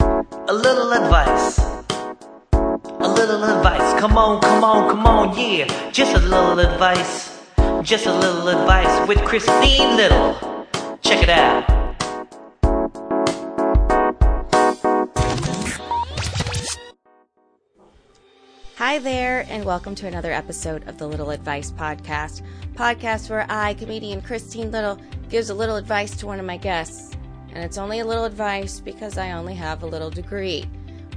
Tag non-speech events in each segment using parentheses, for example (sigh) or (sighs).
a little advice. A little advice. Come on, come on, come on, yeah. Just a little advice. Just a little advice with Christine Little. Check it out. Hi there, and welcome to another episode of the Little Advice Podcast, podcast where I, comedian Christine Little, gives a little advice to one of my guests. And it's only a little advice because I only have a little degree.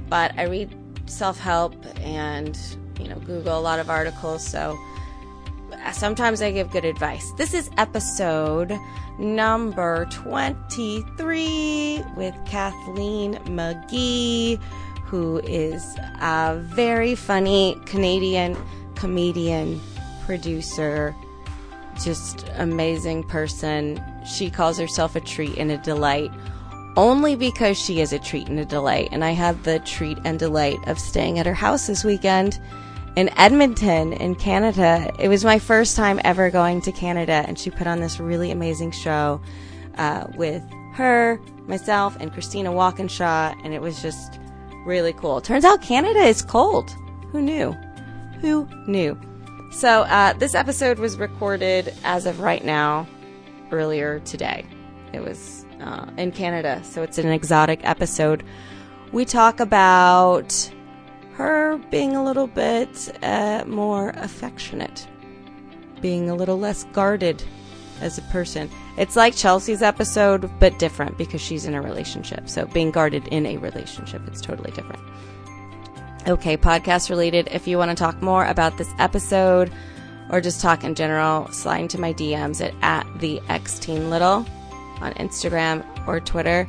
But I read self help and, you know, Google a lot of articles, so sometimes I give good advice. This is episode number 23 with Kathleen McGee, who is a very funny Canadian comedian, producer, just amazing person. She calls herself a treat and a delight only because she is a treat and a delight. And I had the treat and delight of staying at her house this weekend in Edmonton in Canada. It was my first time ever going to Canada, and she put on this really amazing show uh, with her, myself, and Christina Walkinshaw, and it was just really cool. Turns out Canada is cold. Who knew? Who knew? So, uh, this episode was recorded as of right now, earlier today. It was uh, in Canada, so it's an exotic episode. We talk about her being a little bit uh, more affectionate, being a little less guarded as a person. It's like Chelsea's episode, but different because she's in a relationship. So, being guarded in a relationship, it's totally different. Okay, podcast related. If you want to talk more about this episode or just talk in general, slide into my DMs at, at the X Teen Little on Instagram or Twitter.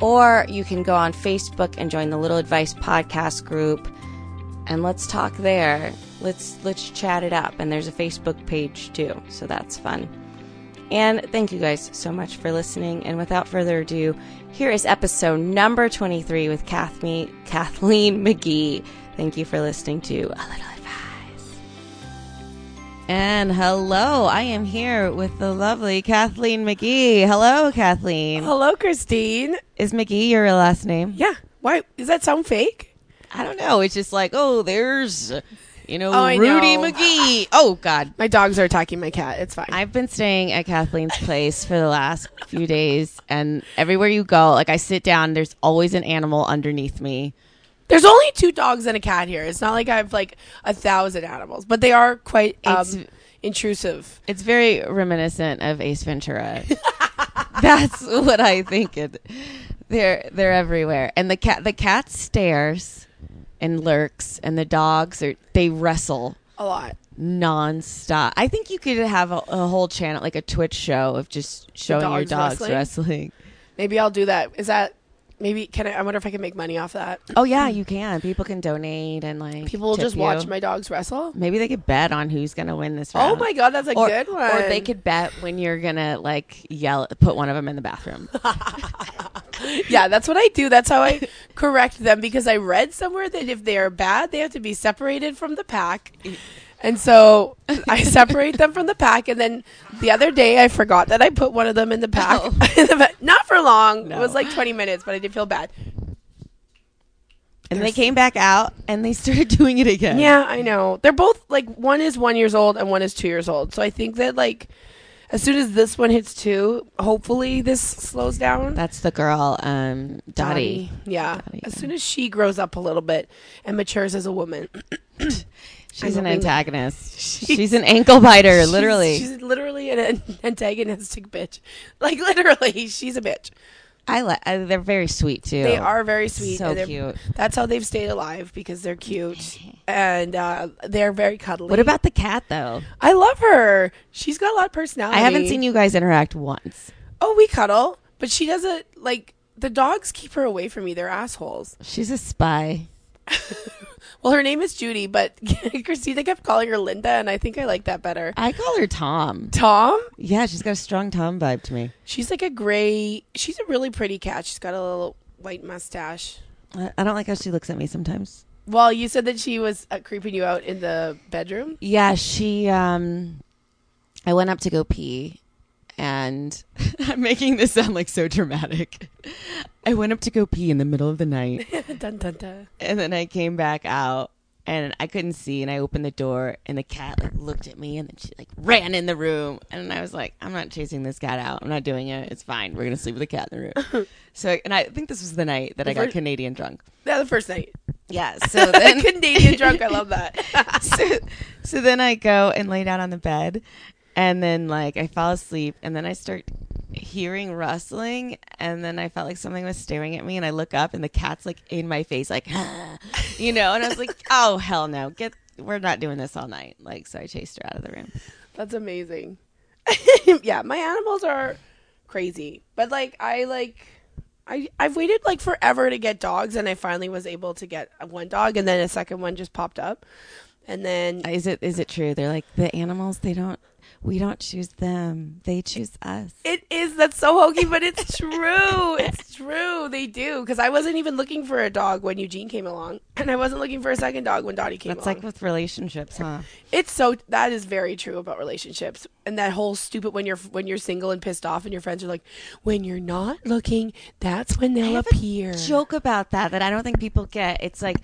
Or you can go on Facebook and join the Little Advice Podcast group and let's talk there. Let's let's chat it up. And there's a Facebook page too, so that's fun. And thank you guys so much for listening. And without further ado, here is episode number 23 with Kathme, Kathleen McGee. Thank you for listening to A Little Advice. And hello, I am here with the lovely Kathleen McGee. Hello, Kathleen. Hello, Christine. Is McGee your last name? Yeah. Why does that sound fake? I don't know. It's just like, oh, there's, uh, you know, Oh, I Rudy know. McGee. Oh, God. My dogs are attacking my cat. It's fine. I've been staying at Kathleen's place for the last few days, and everywhere you go, like I sit down, there's always an animal underneath me. There's only two dogs and a cat here. It's not like I have like a thousand animals, but they are quite um, It's- intrusive. It's very reminiscent of Ace Ventura. (laughs) That's what I think. It, they're they're everywhere, and the cat the cat stares and lurks, and the dogs are they wrestle A lot. nonstop. I think you could have a, a whole channel, like a Twitch show of just showing your dogs dogs wrestling? wrestling. Maybe I'll do that. Is that maybe? Can I? I wonder if I can make money off that. Oh yeah, you can. People can donate and like People will tip just watch you. my dogs wrestle. Maybe they could bet on who's gonna win this round. Oh my god, that's a or, good one. Or they could bet when you're gonna like yell, put one of them in the bathroom. (laughs) Yeah, that's what I do. That's how (laughs) I correct them because I read somewhere that if they are bad, they have to be separated from the pack. And so (laughs) I separate them from the pack. And then the other day, I forgot that I put one of them in the pack. (laughs) In the ba- Not for long. It was like 20 minutes, but I did feel bad. and they came back out and they started (laughs) doing it again. Yeah, I know. They're both like one is one years old and one is two years old. So I think that like as soon as this one hits two, hopefully this slows down. that's the girl, um, Dottie. Yeah. Dottie, As yeah. soon as she grows up a little bit and matures as a woman. She's I'm an hoping- (laughs) antagonist. she's an ankle biter, She's- literally. She's, literally an an antagonistic bitch. (laughs) Like literally, she's a bitch. I like. They're very sweet too. They are very sweet. So and they're- cute. That's how they've stayed alive because they're cute and uh, they're very cuddly. What about the cat though? I love her. She's got a lot of personality. I haven't seen you guys interact once. Oh, we cuddle, but she doesn't like. The dogs keep her away from me. They're assholes. She's a spy. Well, her name is Judy, but (laughs) Christina kept calling her Linda, and I think I like that better. I call her (laughs) Tom. Tom, Yeah, she's got a strong Tom vibe to me. she's like a gray. She's a really pretty cat. She's got a little white mustache. I I don't like how she looks at me sometimes. Well, you said that she was uh, creeping you out in the bedroom. Yeah, she um I went up to go pee and (laughs) I'm making this sound like so dramatic. I went up to go pee in the middle of the night, (laughs) (laughs) dun, dun, dun. and then I came back out, and I couldn't see, and I opened the door, and the cat like looked at me, and then she like ran in the room, and I was like, I'm not chasing this cat out. I'm not doing it. It's fine. We're gonna sleep with the cat in the (laughs) room. so, and I think this was the night that I got first- Canadian drunk. Yeah, the first night. Yeah. (laughs) So (laughs) then Canadian drunk. I (laughs) love that. so, so then I go and lay down on the bed, and then like I fall asleep, and then I start hearing rustling, and then I felt like something was staring at me, and I look up, and the cat's like in my face, like, (gasps) you know, and I was like, (laughs) oh hell no, get, we're not doing this all night, like, so I chased her out of the room. That's amazing. (laughs) yeah, my animals are crazy. But like I like I I've waited like forever to get dogs and I finally was able to get one dog and then a second one just popped up. And then Is it is it true? They're like the animals, they don't, we don't choose them, they choose us. It is. That's so hokey, but it's true. It's true. They do. Because I wasn't even looking for a dog when Eugene came along, and I wasn't looking for a second dog when Dottie came That's along. like with relationships, huh? it's so that is very true about relationships and that whole stupid when you're when you're single and pissed off and your friends are like, when you're not looking, that's when they'll have a appear. joke about that that I don't think people get. It's like,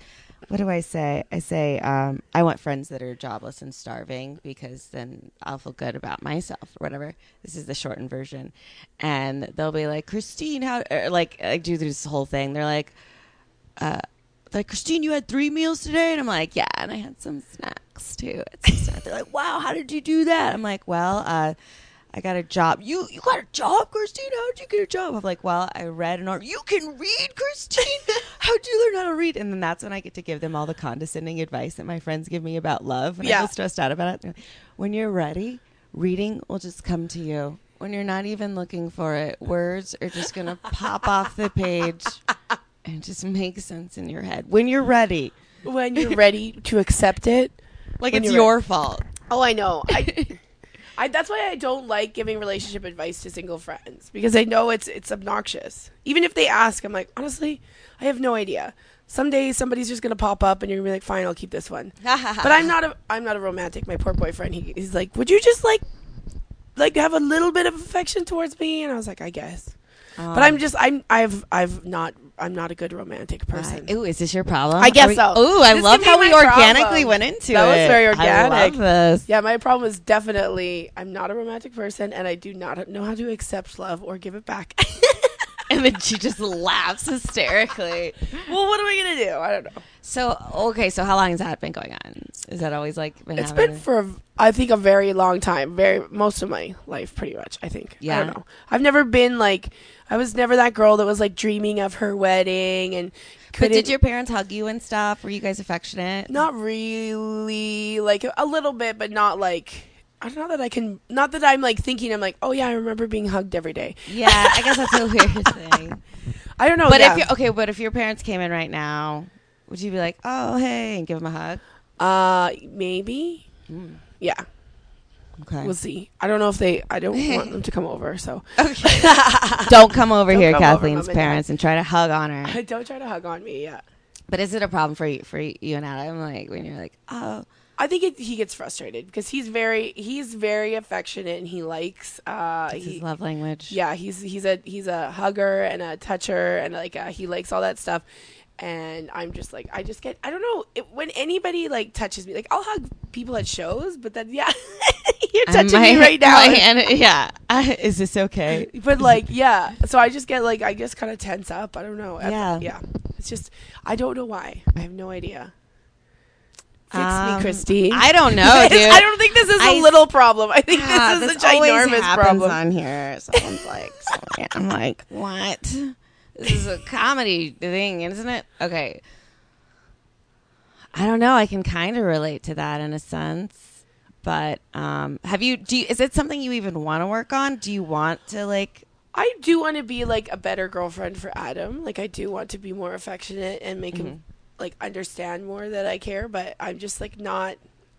what do I say? I say um, I want friends that are jobless and starving because then I'll feel good about myself or whatever. This is the shortened version, and they'll be like, Christine, how? Or like I do this whole thing. They're like, uh, like Christine, you had three meals today, and I'm like, yeah, and I had some snacks too. It's some snack. They're like, wow, how did you do that? I'm like, well. uh I got a job. You you got a job, Christine? How did you get a job? I'm like, well, I read an article. You can read, Christine? How'd you learn how to read? And then that's when I get to give them all the condescending advice that my friends give me about love when I Yeah. feel stressed out about it. They're like, When you're ready, reading will just come to you. When you're not even looking for it, words are just gonna pop off the page and just make sense in your head. When you're ready, when you're ready to accept it. like When it's you're your re- fault. Oh, I know. I, (laughs) I that's why I don't like giving relationship advice to single friends because I know it's it's obnoxious. Even if they ask, I'm like, honestly, I have no idea. Someday somebody's just gonna pop up and you're gonna be like, fine, I'll keep this one. (laughs) but I'm not a I'm not a romantic. My poor boyfriend, he, he's like, would you just like like have a little bit of affection towards me? And I was like, I guess. but I'm just I'm I've I've not I'm not a good romantic person. Right. Ooh, is this your problem? I guess Are we- so. Ooh, I This love could be how we my organically problem. went into it. That was very I love organic. (laughs) this. Yeah, my problem is definitely I'm not a romantic person and I do not know how to accept love or give it back. (laughs) And then she just laughs hysterically. well, what am I going to do? I don't know. So okay, so how long has that been going on? Is that always like been? It's happening? been for a v- I think a very long time, very most of my life pretty much, I think. I Yeah. don't know. I've never been like I was never that girl that was like dreaming of her wedding and But couldn't did your parents hug you and stuff? Were you guys (laughs) affectionate? not really like a little bit but not like I don't know that I can not that I'm like thinking I'm like, "Oh yeah, I remember being hugged every day." Yeah, I guess that's a weird (laughs) thing. I don't know. But Oh, yeah. if you're okay, but if your parents came in right now, would you be like, oh hey, and give them a hug? uh maybe? Hmm. Yeah. Okay. We'll see. I don't know if they. I don't (laughs) want them to come over. So Don't come over here, come over, Kathleen's Mom and Dad. parents, and try to hug on her. (laughs) (laughs) don't try to hug on me. Yeah. But is it a problem for you, for you and Adam? Like when you're like, oh, I think it, he gets frustrated because he's very he's very affectionate and he likes. Uh, it's he- his love language. yeah, he's he's a he's a hugger and a toucher and like uh, he likes all that stuff. And I'm just like I just get I don't know it, when anybody like touches me like I'll hug people at shows, but then yeah, (laughs) you're And touching my- me right now. (laughs) my hand- (laughs) yeah. I- is this okay? But like, yeah. So I just get like, I just kind of tense up. I don't know. I- Yeah. yeah. It's just, I don't know why. I have no idea. Fix Um, me, Christy. (laughs) I don't know, dude. I don't think this is a I- little problem. I think Yeah, this is a always ginormous happens problem. on here. Someone's like, someone- I'm like, what? This is a comedy thing, isn't it? Okay. I don't know. I can kind of relate to that in a sense, but um, have you? Do you, is it something you even want to work on? Do you want to like? I do want to be like a better girlfriend for Adam. Like I do want to be more affectionate and make him Mm-hmm. like understand more that I care, but I'm just like not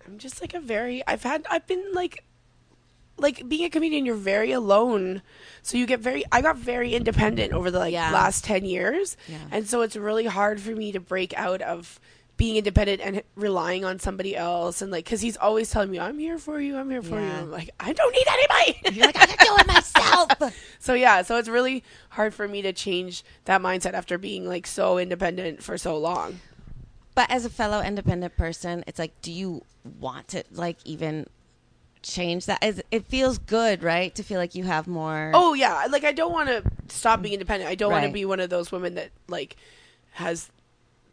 I'm just like a very I've had I've been like like being a comedian you're very alone. So you get very I got very independent over the like Yeah. last 10 years. Yeah. And so it's really hard for me to break out of being independent and relying on somebody else and like because he's always telling me i'm here for you i'm here for you Yeah. i'm like i don't need anybody You're like, I can do it myself. so yeah so it's really hard for me to change that mindset after being like so independent for so long but as a fellow independent person, it's like, do you want to like even change that? Is- It feels good, right? To feel like you have more. oh yeah like i don't want to stop being independent i don't want Right. to be one of those women that like has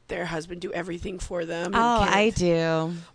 their husband do everything for them and Oh, can't- I do.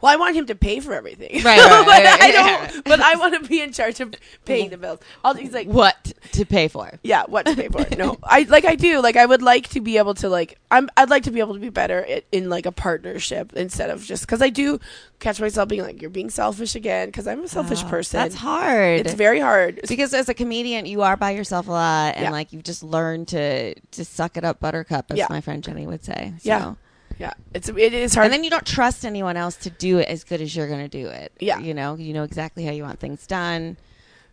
Well, I want him to pay for everything. Right, right, (laughs) but right, I yeah. don't. But I want to be in (laughs) charge of paying the bills. All he's like, What to pay for? yeah, what to pay for? (laughs) it. No, I like I do. Like I would like to be able to like I'm. I'd like to be able to be better at, in like a partnership instead of just because I do catch myself being like, you're being selfish again because I'm a selfish Oh, person. That's hard. It's very hard. because as a comedian, you are by yourself a lot, and Yeah. like you've just learned to to suck it up, Buttercup, as Yeah. my friend Jenny would say. So. yeah, yeah. It's it is hard. And then you don't trust anyone else to do it as good as you're going to do it. Yeah. You know, you know exactly how you want things done.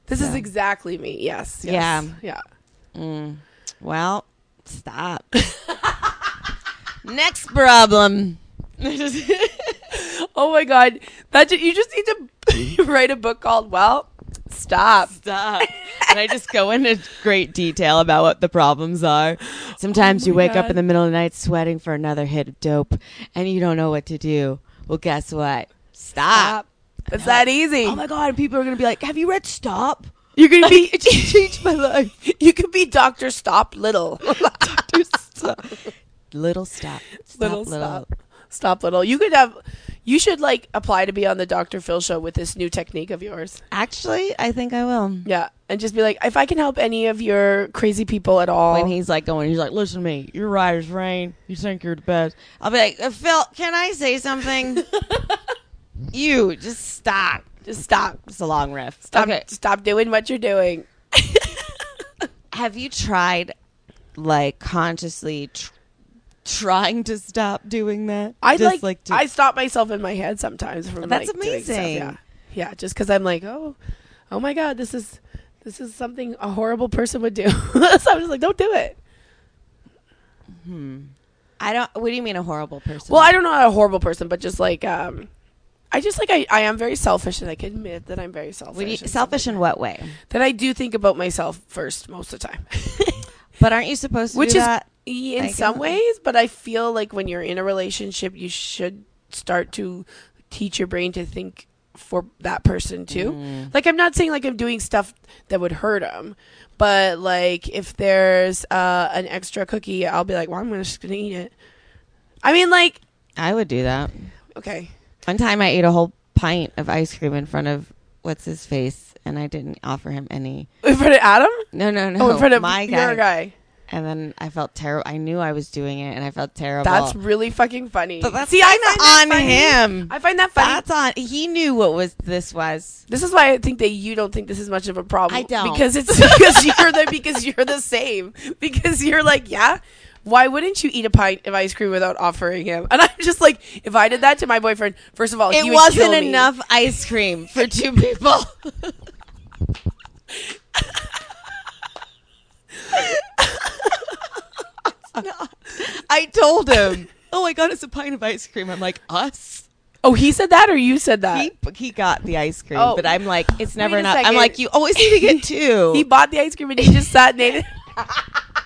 this is exactly me. Yes. yes Yeah. Yeah. Well, (laughs) stop. Next (laughs) problem. Oh my god, that ju- you just need to (laughs) write a book called Well, Stop. Stop. and I just go into great detail about what the problems are. Sometimes you wake up God. in the middle of the night sweating for another hit of dope and you don't know what to do. Well, guess what? Stop. It's that easy. Oh my God. People are going to be like, Have you read (laughs) Stop? You're gonna be. (laughs) It changed my life. You could be Doctor (laughs) Stop Little. Stop. Little stop. Stop, little Stop. Stop Little. You could have. You should like apply to be on the Doctor Phil show with this new technique of yours. Actually, I think I will. Yeah, and just be like, if I can help any of your crazy people at all. When he's like going, he's like, listen to me, your rider's rain. You think you're the best. I'll be like, "Uh, Phil, can I say (laughs) something? you just stop. just stop. It's a long riff. Stop. Okay. Stop doing what you're doing. Have you tried, like, consciously tr- trying to stop doing that? I just like. to- I stop myself in my head sometimes from That's like, doing stuff, amazing. Yeah, yeah. Just because I'm like, oh, oh my god, this is this is something a horrible person would do. (laughs) so I'm just like, don't do it. I don't. What do you mean a horrible person? Well, I don't know how a horrible person, but just like um I just like I, I am very selfish and I can admit that I'm very selfish. What do you- and selfish in what way? That I do think about myself first most of (laughs) the time. But aren't you supposed to Which do is that? e- in I some guess. ways, but I feel like when you're in a relationship you should start to teach your brain to think for that person too. Mm. Like I'm not saying like I'm doing stuff that would hurt them, but like if there's uh, an extra cookie, I'll be like, "Well, I'm just going to eat it." I mean like I would do that. okay. (laughs) One time I ate a whole pint of ice cream in front of what's his face, and I didn't offer him any. In front of Adam? No, no, no. Oh, in front of my your guy. And then I felt terrible. I knew I was doing it, and I felt terrible. That's really fucking funny. But that's See, I find that on funny. him. I find that funny. That's on. He knew what was this was. this is why I think that you don't think this is much of a problem. I don't. because it's (laughs) because you're the because you're the same because you're like yeah. Why wouldn't you eat a pint of ice cream without offering him? And I'm just like, if I did that to my boyfriend, first of all, It he would kill wasn't me. enough ice cream for two people. I told him. Oh my god, it's a pint of ice cream. I'm like us. Oh, he said that or you said that? He, he got the ice cream, Oh. but I'm like, it's never Wait a enough. I'm second. like, you always need to (laughs) get two. He, bought the ice cream and he just sat (laughs) naked.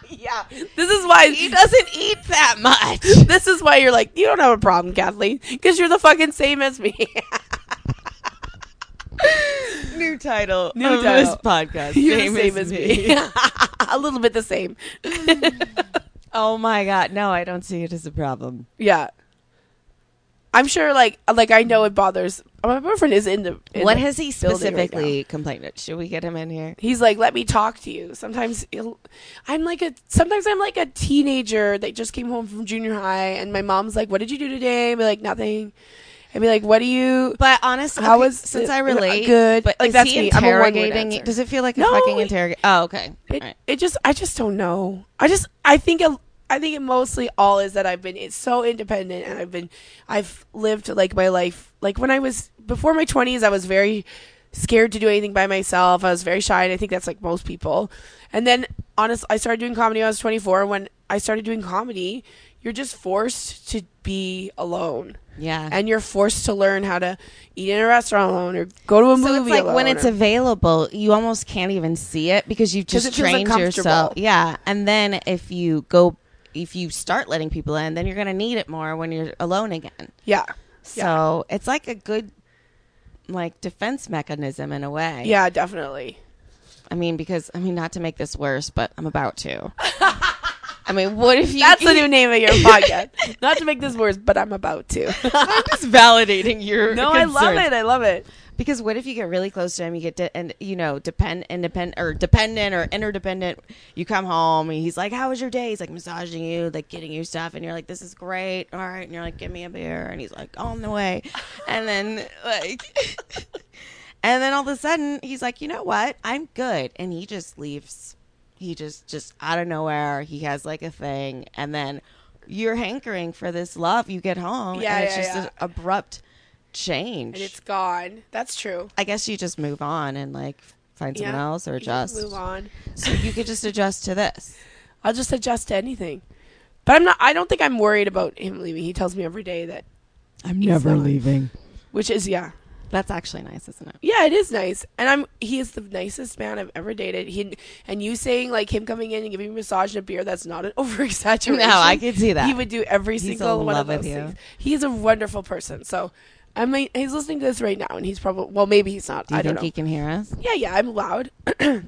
yeah, this is why he doesn't eat that much. (laughs) this is why you're like you don't have a problem, Kathleen, because you're the fucking same as me. (laughs) New title. New of title. this podcast. You're the same as me. (laughs) a little bit the same. (laughs) oh my god, no, I don't see it as a problem. Yeah. I'm sure like like I know it bothers my boyfriend is in the in what the has he building right specifically now. complained? About? Should we get him in here? He's like, let me talk to you. Sometimes he'll, I'm like a sometimes I'm like a teenager that just came home from junior high, and my mom's like, "What did you do today?" I'd be like, "Nothing." I'd be like, "What do you?" But honestly, How okay, is since it- I relate good? But Like, is that's he me. I'm a one-word interrogating? answer. does it feel like a No, fucking he- interrogate? Oh, okay. It, All right. it just I just don't know. I just I think it, I think it mostly all is that I've been it's so independent and I've been I've lived like my life like when I was before my 20s I was very scared to do anything by myself. I was very shy and I think that's like most people. And then honest I started doing comedy when I was 24 and when I started doing comedy you're just forced to be alone. Yeah. And you're forced to learn how to eat in a restaurant alone or go to a so movie it's like alone. when it's or- available, you almost can't even see it because you've 'Cause just it feels trained yourself. uncomfortable. Yeah, and then if you go, if you start letting people in, then you're going to need it more when you're alone again. yeah. So it's like a good, like defense mechanism in a way. Yeah, definitely. I mean, because I mean, not to make this worse, but I'm about (laughs) to. I mean, what if you? That's the (laughs) new name of your podcast. Not to make this worse, but I'm about (laughs) to. I'm just validating your. (laughs) no, I love concerns. it. I love it. Because what if you get really close to him? You get de- and you know depend independent or dependent or interdependent. You come home and he's like, "How was your day?" He's like massaging you, like getting you stuff, and you're like, "This is great, all right." And you're like, "Give me a beer," and he's like, "On the way," and then like, (laughs) and then all of a sudden he's like, "You know what? I'm good," and he just leaves. He just just out of nowhere. He has like a thing, and then you're hankering for this love. You get home, Yeah, and it's yeah, just yeah. an abrupt change. And it's gone. That's true. I guess you just move on and like find someone Yeah. else or You just adjust. move on. So you could just adjust to this. I'll just adjust to anything. But I'm not I don't think I'm worried about him leaving. He tells me every day that I'm never not. leaving. which is yeah. That's actually nice, isn't it? Yeah, it is nice. And I'm he is the nicest man I've ever dated. He and you saying like him coming in and giving me a massage and a beer, that's not an (laughs) over exaggeration. No, I could see that. He would do every single in one love of with those you. things. He's a wonderful person. So I mean he's listening to this right now and he's probably well maybe he's not. Do you I don't think know. he can hear us? yeah, yeah, I'm loud. (clears throat) Okay.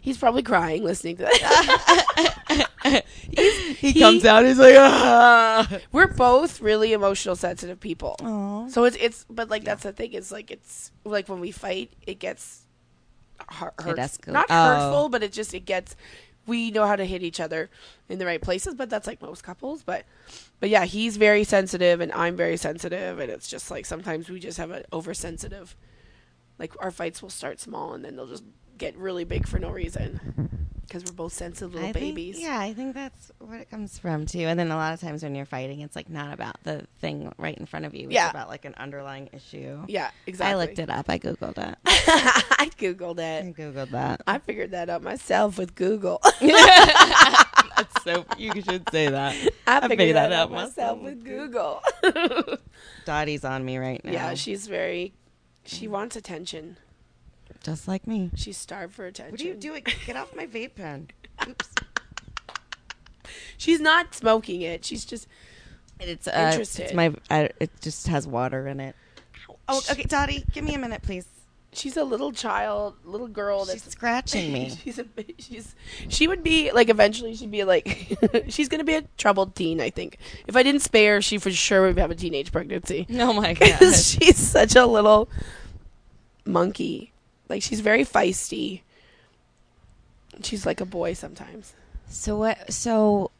he's probably crying listening (laughs) to this. He, comes out. He's like, ah. We're both really emotional sensitive people. Aw. So it's it's but like that's the thing. It's like it's like when we fight, it gets hurt, escal- not oh. hurtful, but it just it gets. We know how to hit each other in the right places, but that's like most couples. But but yeah, he's very sensitive, and I'm very sensitive, and it's just like sometimes we just have an oversensitive. Like our fights will start small, and then they'll just get really big for no reason because we're both sensitive (laughs) little I think- babies. yeah, I think that's what it comes from too. And then a lot of times when you're fighting, it's like not about the thing right in front of you. It's Yeah. about like an underlying issue. Yeah, exactly. I looked it up. (laughs) I googled (laughs) it. I googled I it. googled (laughs) that. I figured that out myself with Google. (laughs) so you should say that. I figured figured, that that, out out myself with Google. (laughs) Dottie's on me right now. yeah, she's very. She wants attention. just like me. She's starved for attention. What are you doing? Get off my vape pen. She's not smoking it. She's just. (laughs) It's uh, Interested. It's my I, it just has water in it. Oh, okay, Dottie, give me a minute, please. She's a little child, little girl. She's That's scratching me. (laughs) she's a. She's. She would be like eventually. She'd be like. (laughs) she's gonna be a troubled teen. I think. If I didn't spare, her, she for sure would have a teenage pregnancy. (laughs) (laughs) Oh my Because she's such a little monkey. Like she's very feisty. She's like a boy sometimes. (laughs) so what? So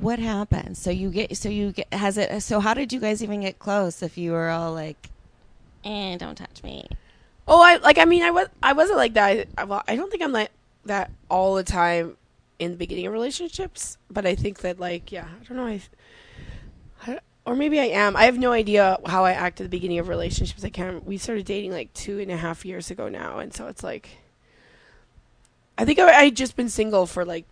what happened? So you get? So you get? Has it? So how did you guys even get close? If you were all like, eh, don't touch me. Oh, I like. I mean, I was. I wasn't like that. I, well, I don't think I'm like that all the time in the beginning of relationships. But I think that, like, yeah, I don't know. I, I or maybe I am. I have no idea how I act at the beginning of relationships. I can't. We started dating like two and a half years ago now, and so it's like. I think I, I had just been single for like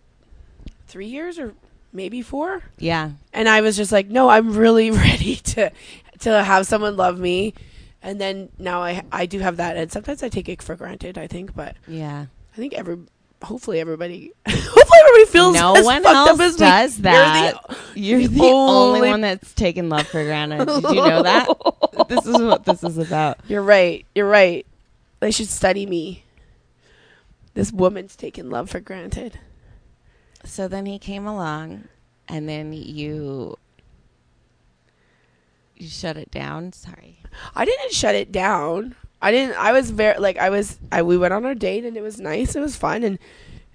three years or maybe four Yeah. and I was just like, no, I'm really (laughs) ready to to have someone love me. And then now I I do have that, and sometimes I take it for granted. I think, but (laughs) Yeah. I think every hopefully everybody (laughs) hopefully everybody feels No as one fucked up else as me. does You're that. (laughs) the- You're the, the only, only- one that's taken love for granted. Did you know (laughs) that? this is what this is about. You're right. You're right. They should study me. This woman's taking love for granted. So then he came along, and then you you shut it down. Sorry. (laughs) I didn't shut it down. I didn't. I was very like I was. I we went on our date and it was nice. It was fun and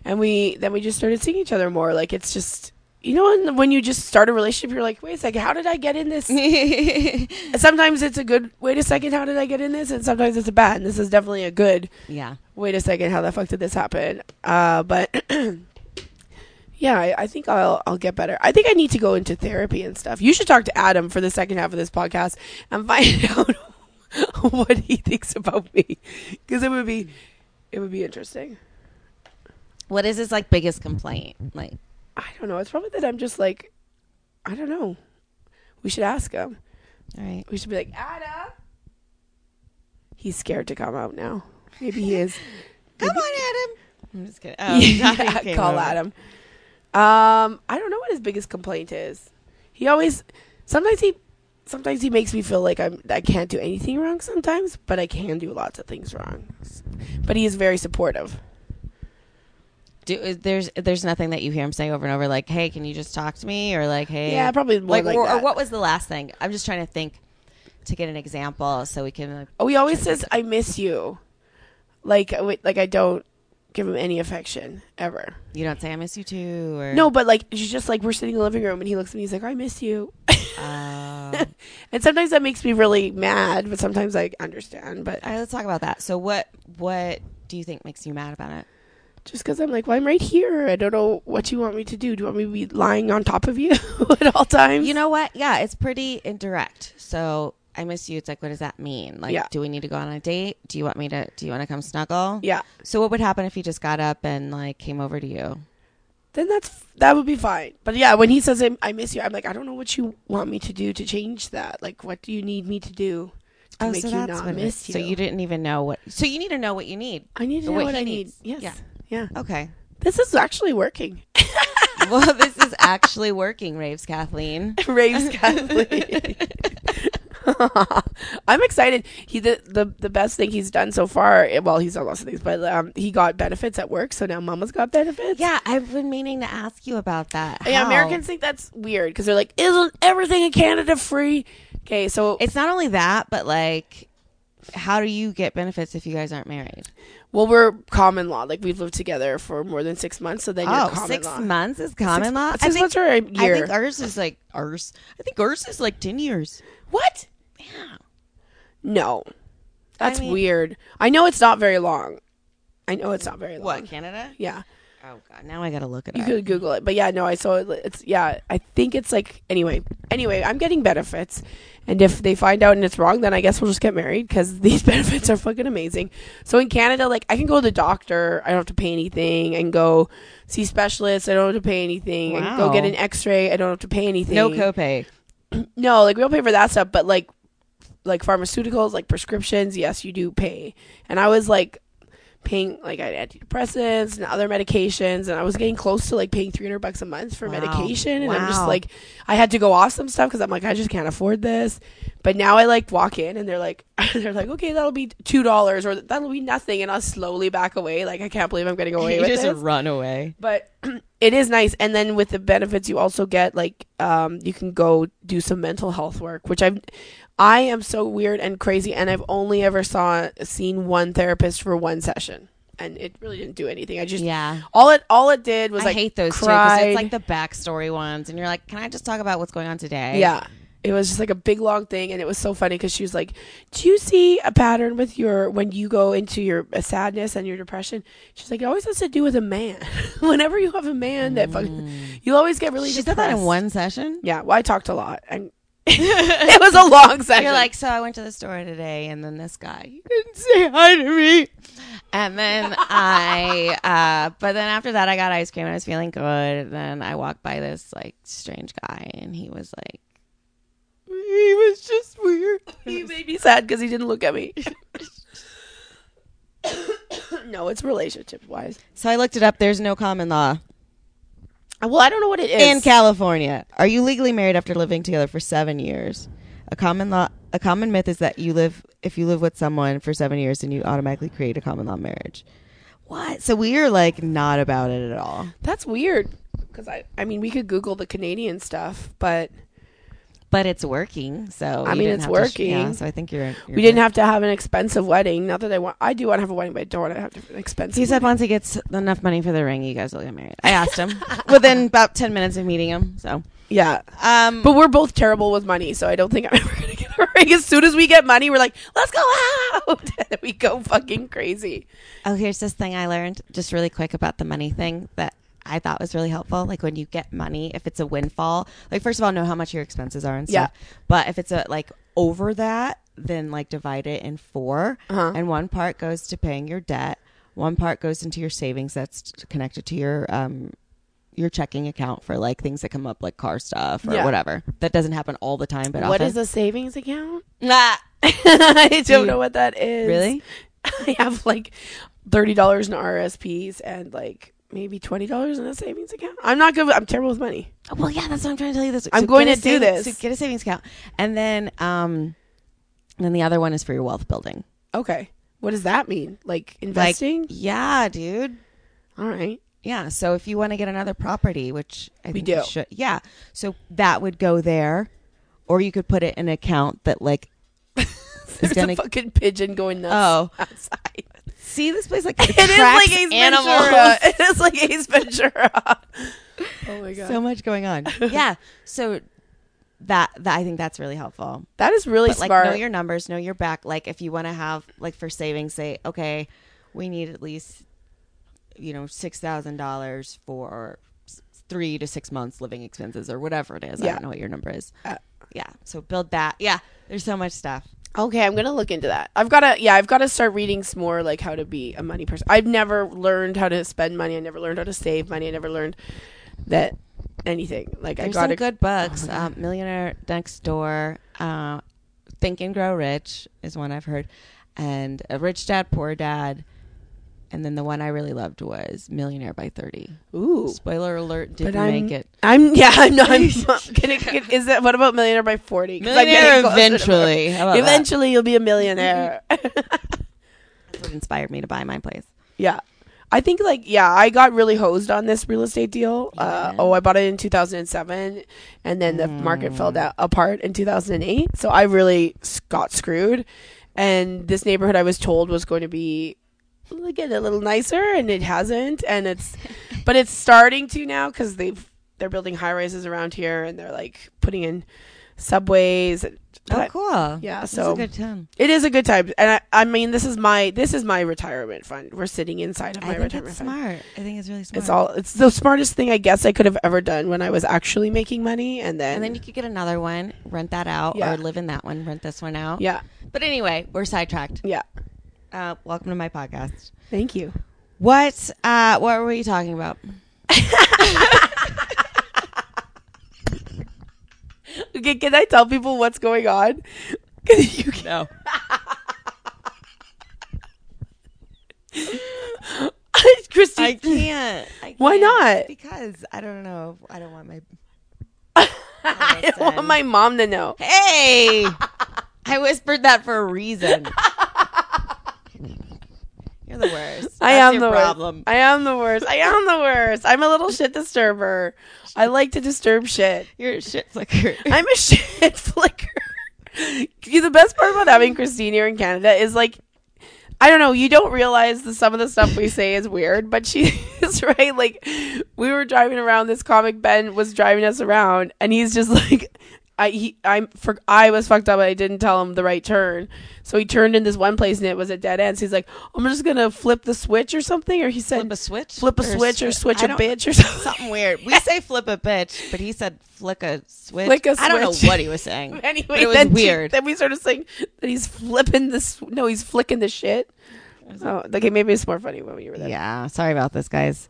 and we then we just started seeing each other more. Like it's just you know when when you just start a relationship, you're like, wait a second, how did I get (laughs) in this? And sometimes it's a good wait a second, how did I get in this? And sometimes it's a bad. And this is definitely a good yeah. wait a second, how the fuck did this happen? Uh, but (clears throat) yeah, I, I think I'll I'll get better. I think I need to go into therapy and stuff. You should talk to Adam for the second half of this podcast and (laughs) find out what he thinks about me, because it would be it would be interesting. What is his like biggest complaint? Like I don't know. It's probably that I'm just like I don't know. We should ask him. All right. We should be like, Ada. He's scared to come out now. Maybe he is. (laughs) Come on, Adam. I'm just (laughs) kidding. Oh, yeah, (laughs) nothing came Um, call over. Adam. Um, I don't know what his biggest complaint is. He always, sometimes he, sometimes he makes me feel like I'm I can't do anything wrong. Sometimes, but I can do lots of things wrong. But he is very supportive. Do, is- there's there's nothing that you hear him saying over and over like, "Hey, can you just talk to me?" or like, "Hey." Yeah, probably more like or, or that. what was the last thing? I'm just trying to think to get an example so we can like, Oh, he always says, "I miss you," like I would- like I don't give him any affection ever. you don't say I miss you too or No, but like she's just like we're sitting in the living room and he looks at me. He's like, "I miss you," Uh, (laughs) and sometimes that makes me really mad, but sometimes I understand. But all right, let's talk about that. So what what do you think makes you mad about it? just because I'm like, well, I'm right here. I don't know what you want me to do. Do you want me to be lying on top of you (laughs) at all times? You know what? Yeah, it's pretty indirect. So I miss you. It's like, what does that mean? Like, Yeah. do we need to go on a date? Do you want me to? Do you want to come snuggle? Yeah. So what would happen if he just got up and like came over to you? Then that's that would be fine. But yeah, when he says I I miss you, I'm like, I don't know what you want me to do to change that. Like, what do you need me to do Oh, to make you not it miss is. you? So you didn't even know what. So you need to know what you need. I need to know what what, he I need. needs. Yes. Yeah. Yeah. Okay. This is actually working. (laughs) (laughs) Well, this is actually working, Raves Kathleen. Raves Kathleen. (laughs) I'm excited. He the, the the best thing he's done so far. Well, he's done lots of things, but um, he got benefits at work, so now Mama's got benefits. Yeah, I've been meaning to ask you about that. Yeah, How? Americans think that's weird because they're like, isn't everything in Canada free? Okay, so It's not only that, but like, how do you get benefits if you guys aren't married? well, we're common law. Like we've lived together for more than six months, so then you're Oh, common six law. months is common law. Six months or a year? I think ours is like ours. I think ours is like ten years. what? Yeah. No, that's mean- weird. I know it's not very long. I know it's not very long. Canada? Yeah, Oh God! Now I gotta look it you up. could Google it, but yeah, no, I saw it. It's yeah, I think it's like anyway. Anyway, I'm getting benefits, and if they find out and it's wrong, then I guess we'll just get married because (laughs) these benefits are fucking amazing. So in Canada, like I can go to the doctor, I don't have to pay anything, and go see specialists, I don't have to pay anything, and go Wow. get an X-ray, I don't have to pay anything. no copay. No, like we don't pay for that stuff, but like like pharmaceuticals, like prescriptions, yes, you do pay. And I was like paying like I had antidepressants and other medications and I was getting close to like paying 300 bucks a month for Wow. medication and I'm just Wow. like I had to go off some stuff cuz I'm like I just can't afford this. But now I like walk in and they're like (laughs) they're like okay, that'll be $2 or that'll be nothing and I'll slowly back away like I can't believe (laughs) I'm getting away with this run away. but (clears throat) it is nice and then with the benefits you also get like um you can go do some mental health work which i've i am so weird and crazy and i've only ever saw seen one therapist for one session and it really didn't do anything i just Yeah. all it all it did was I like hate those too, 'cause cried. It's like the backstory ones, and you're like, "Can I just talk about what's going on today?" Yeah. It was just like a big long thing, and it was so funny because she was like, "Do you see a pattern with your when you go into your uh, sadness and your depression?" She's like, "It always has to do with a man. (laughs) Whenever you have a man that fucking, you always get really." Mm. she said depressed. that in one session. Yeah, well, I talked a lot, (laughs) and (laughs) it was a long session. You're like, "So I went to the store today, and then this guy he didn't say hi to me, and then I, uh, but then after that, I got ice cream and I was feeling good. And then I walked by this like strange guy, and he was like, he was just weird. He made me sad because he didn't look at me. (coughs) no, it's relationship wise. "So I looked it up. There's no common law." Well, I don't know what it is. in California. Are you legally married after living together for seven years? A common law, a common myth is that you live if you live with someone for seven years, then you automatically create a common law marriage. What? So we are like not about it at all. That's weird. Because I, I mean, we could Google the Canadian stuff, but But it's working. So I you mean, didn't it's have to working. yeah, so I think you're. you're we didn't have to have an expensive wedding. Not that I want, I do want to have a wedding, but I don't want to have an expensive. He said wedding. once he gets enough money for the ring, you guys will get married. I asked (laughs) him within about ten minutes of meeting him. So, yeah. um, But we're both terrible with money, so I don't think I'm (laughs) ever gonna get a ring. As soon as we get money, we're like, let's go out, (laughs) and we go fucking crazy. Oh, here's this thing I learned just really quick about the money thing that I thought was really helpful. Like when you get money, if it's a windfall, like first of all, know how much your expenses are and stuff. But if it's a like over that, then like divide it in 4 Uh-huh. and one part goes to paying your debt, one part goes into your savings that's t- connected to your um your checking account for like things that come up like car stuff or Yeah. whatever. That doesn't happen all the time, but What often. is a savings account? Ah, (laughs) I don't know what that is. (laughs) really? (laughs) I have like thirty dollars in RSPs and like maybe twenty dollars in a savings account. I'm not good. With, I'm terrible with money. Well, yeah, that's what I'm trying to tell you. This I'm going get to a do savings- this. so get a savings account, and then um, then the other one is for your wealth building. Okay, what does that mean? Like Like, investing? yeah, dude. All right. (laughs) Yeah. So if you want to get another property, which I think you do. should, yeah. So that would go there, or you could put it in an account that like is There's gonna a fucking pigeon going nuts Oh. (laughs) outside. see this place like (laughs) It is like Ace Ventura. animals. (laughs) It is like Ace Ventura. oh my god, So much going (laughs) on. yeah. So that, that I think that's really helpful. that is really but like smart. know your numbers, know your back. Like if you want to have like for savings, say okay, we need at least you know six thousand dollars for s- three to six months living expenses or whatever it is. I Yeah. don't know what your number is. Uh, yeah, so build that. Yeah, there's so much stuff. Okay, I'm gonna look into that. I've gotta yeah, I've gotta start reading some more like how to be a money person. I've never learned how to spend money. I never learned how to save money. I never learned that anything. Like I There's some gotta good Oh books. um, Millionaire Next Door, uh, Think and Grow Rich is one I've heard, and uh, Rich Dad Poor Dad. And then the one I really loved was Millionaire by 30. oooo. Spoiler alert, But didn't I'm, make it. I'm (laughs) yeah, I'm (laughs) not. I'm not gonna, get- is that what about millionaire by forty? 'Cause I'm getting Millionaire closer to eventually. How about that? Eventually, you'll be (laughs) a millionaire. That's what inspired me to buy my place. Yeah. I think like yeah, I got really hosed on this real estate deal. Uh, oh, I bought it in 2007, and then the market Mm. fell da- apart in 2008. So I really s- got screwed. And this neighborhood I was told was going to be "Well, get a little nicer, and it hasn't. (laughs) And it's, but it's starting to now because they've they're building high rises around here, and they're like putting in subways. And, Oh, but- cool. Yeah, This is so- a good time. it is a good time, and I, I mean, this is my this is my retirement fund. We're sitting inside of my I think retirement it's fund. smart. I think it's really smart. It's all it's the smartest thing I guess I could have ever done when I was actually making money, and then, and then you could get another one, rent that out, Yeah. or live in that one, rent this one out. (laughs) yeah, But anyway, we're sidetracked. yeah. Uh, welcome to my podcast. Thank you. What uh, what were you talking about? Okay, can I tell people what's going on? (laughs) 'Cause you can- No. (laughs) Christine, I can't. (laughs) I Why can't. not? Because I don't know. I don't want my (laughs) I don't want my mom to know. Hey! (laughs) I whispered that for a (laughs) reason. You're the worst. I That's am your the problem. worst. I am the worst. I am the worst. I'm a little shit disturber. I like to disturb shit. You're a shit flicker. (laughs) I'm a shit flicker. See, the best part about having Christine here in Canada is like, I don't know, you don't realize that some of the stuff we say is weird, but she (laughs) is right. Like, we were driving around. This comic Ben was driving us around, and he's just (laughs) like, I he I'm for I was fucked up. I didn't tell him the right turn, so he turned in this one place and it was a dead end. So he's like, I'm just gonna flip the switch or something, or he said flip a switch? flip a switch or swi- switch I a don't- bitch (laughs) or something. (laughs) Something weird. We say flip a bitch, but he said flick a switch. Flick a I don't know switch. what he was (laughs) saying. anyway, but it was then she- weird. then we started saying that he's flipping this. No, he's flicking the shit. Oh, okay, maybe it's more funny when we were there. yeah, sorry about this, guys.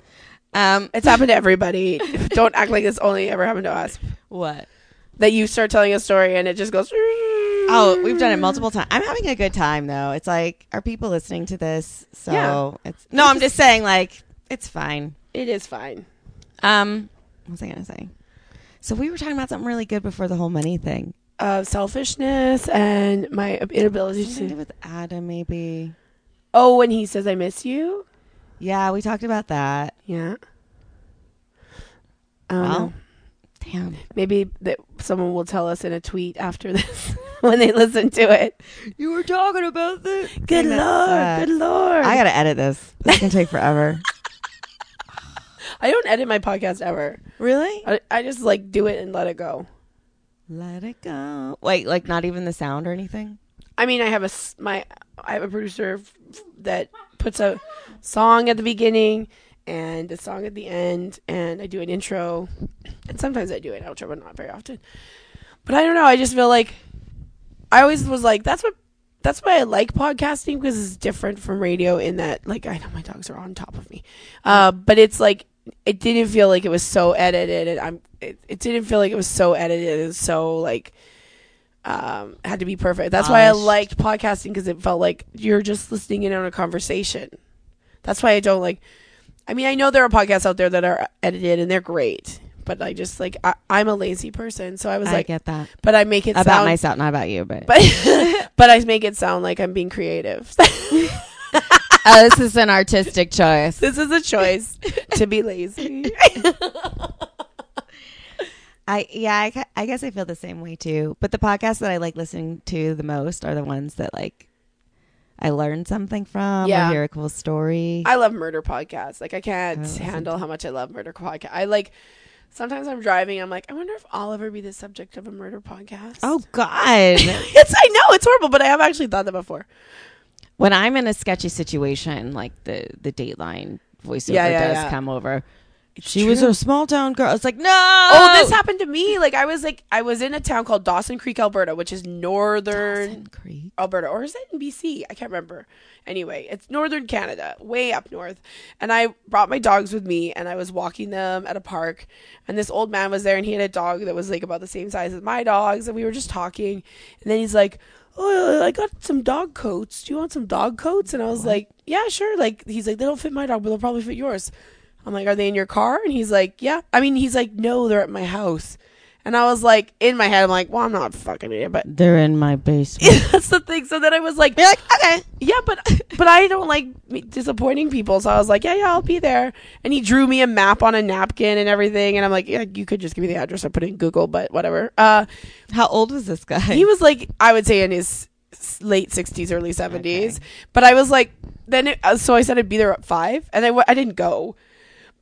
Um, It's happened to everybody. (laughs) Don't act like this only ever happened to us. what? That you start telling a story and it just goes. Oh, we've done it multiple times. I'm having a good time though. It's like, are people listening to this? So Yeah. it's no. I'm just saying, like, it's fine. It is fine. Um, what was I gonna say? So we were talking about something really good before the whole money thing. Uh, selfishness and my inability Something to do to. with Adam, maybe. Oh, when he says I miss you. Yeah, we talked about that. Yeah. I don't know. Well, damn, maybe that someone will tell us in a tweet after this (laughs) when they listen to it. you were talking about this. Good lord, good lord. I gotta edit this. This can take forever. I don't edit my podcast ever. (laughs) really? I, I just like do it and let it go. Let it go. Wait, like not even the sound or anything. I mean, I have a s- my I have a producer f- f- that puts a song at the beginning and a song at the end, and I do an intro, and sometimes I do an outro, but not very often. But I don't know. I just feel like I always was like that's what that's why I like podcasting because it's different from radio in that like I know my dogs are on top of me, uh, but it's like it didn't feel like it was so edited and I'm it, it didn't feel like it was so edited and so like um had to be perfect. That's why I Polished. liked podcasting cuz it felt like you're just listening in on a conversation. That's why I don't like I mean, I know there are podcasts out there that are edited and they're great, but I just like I, I'm a lazy person, so I was I like get that but I make it about sound myself, not about you, but, (laughs) but but I make it sound like I'm being creative. (laughs) (laughs) oh, this is an artistic (laughs) choice. this is a choice to (laughs) be lazy. I yeah, I, ca- I guess I feel the same way too. But the podcasts that I like listening to the most are the ones that like I learn something from Yeah. or hear a cool story. I love murder podcasts. Like I can't listen handle how much I love murder podcast. I like sometimes I'm driving. I'm like, I wonder if I'll ever be the subject of a murder podcast. (laughs) oh God! (laughs) it's I know it's horrible, but I have actually thought that before. when I'm in a sketchy situation, like the the Dateline voiceover Yeah, yeah, does yeah. come over. she was a small town girl. It's like no. Oh, this happened to me. Like I was like I was in a town called Dawson Creek, Alberta, which is northern Dawson Creek. Alberta, or is it in BC? I can't remember. Anyway, it's northern Canada, way up north. And I brought my dogs with me, and I was walking them at a park. And this old man was there, and he had a dog that was like about the same size as my dogs. And we were just talking, and then he's like, "Oh, I got some dog coats. Do you want some dog coats?" And I was like, "Yeah, sure." Like he's like, "They don't fit my dog, but they'll probably fit yours." I'm like, "Are they in your car?" And he's like, "Yeah." I mean, he's like, "No, they're at my house." And I was like, in my head, I'm like, "Well, I'm not fucking idiot, but." They're in my basement. (laughs) That's the thing. So then I was like, You're like okay. yeah, but but I don't like me- disappointing people, so I was like, yeah, yeah, I'll be there. And he drew me a map on a napkin and everything, and I'm like, yeah, you could just give me the address. I put it in Google, but whatever. Uh, How old was this guy? he was like, I would say in his s- late 60s, early 70s. But I was like, then it, uh, so I said I'd be there at five, and I w- I didn't go.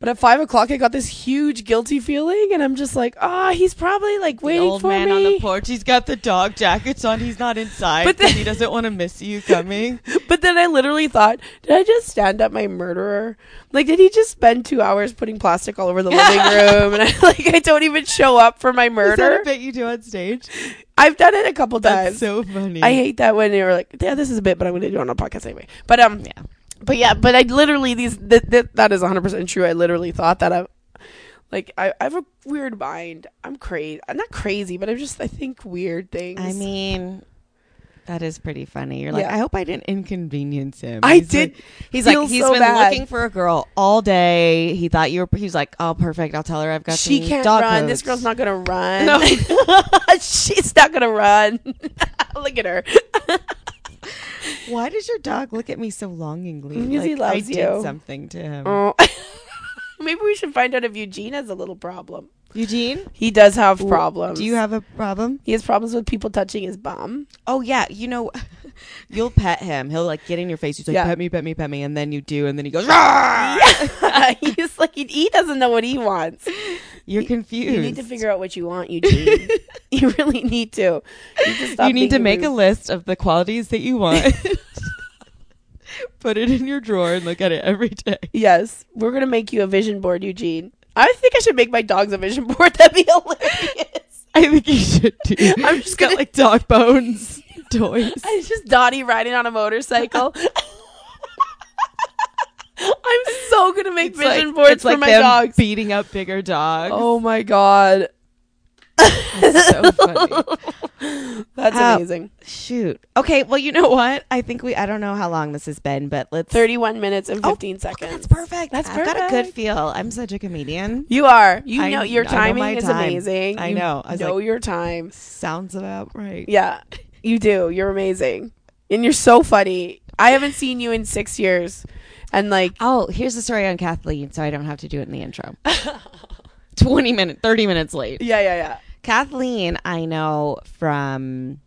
But at five o'clock, I got this huge guilty feeling, and I'm just like, ah, he's probably like The waiting old for man me. on the porch. He's got the dog jackets on. He's not inside, But but then- he doesn't want to miss you coming. (laughs) But then I literally thought, did I just stand up my murderer? Like, did he just spend two hours putting plastic all over the (laughs) living room? And I like, I don't even show up for my Is that murder. a bit you do on stage? I've done it a couple That's times. so funny. I hate that when they were like, yeah, this is a bit, but I'm going to do it on a podcast anyway. But um, yeah, but yeah, but I literally these th- th- that is 100 percent true. I literally thought that I, like, I, I have a weird mind. I'm crazy. I'm not crazy, but I'm just I think weird things. I mean, that is pretty funny. You're like, Yeah. I hope I didn't inconvenience him. I He's did Like, he's like, feel he's so been bad. looking for a girl all day. He thought you were. He was like, oh, perfect. I'll tell her I've got. she some can't dog run. This coats." girl's not gonna run. No. (laughs) she's not gonna run. (laughs) (laughs) Look at her. Why does your dog look at me so longingly? Because he I loves did you. something to him. Oh. Maybe we should find out if Eugene has a little problem. Eugene, He does have problems. do you have a problem? He has problems with people touching his bum. (laughs) Oh yeah, you know, (laughs) you'll pet him. He'll like get in your face. He's like, Yeah. pet me, pet me, pet me, and then you do, and then he goes, "Rah!" He's like he- he doesn't know what he wants. You're confused. You need to figure out what you want, (laughs) Eugene. you really need to. You, just stop you need to being make a rude. list of the qualities that you want. (laughs) Put it in your drawer and look at it every day. Yes, we're gonna make you a vision board, Eugene. I think I should make my dogs a vision board. (laughs) That'd be hilarious. I think you should (laughs) do. I'm just It's got, gonna like dog bones, toys. (laughs) It's just Dottie riding on a motorcycle. (laughs) I'm so gonna make It's vision like- boards it's like for my them dogs. beating up bigger dogs. oh my god, (laughs) so funny. (laughs) that's Ow. amazing. Shoot. Okay. Well, you know what? I think we. I don't know how long this has been, but let's. Thirty-one minutes and Oh, fifteen seconds. That's perfect. That's I've got a good perfect. feel. I'm such a comedian. You are. You I- know I your know timing my is time. amazing. I You know. I was know like- your time. Sounds about right. Yeah, (laughs) you do. You're amazing, and you're so funny. I haven't seen you in six years, and like Oh, here's the story on Kathleen, so I don't have to do it in the intro. (laughs) 20 minutes, 30 minutes late. yeah, yeah, yeah. Kathleen, I know from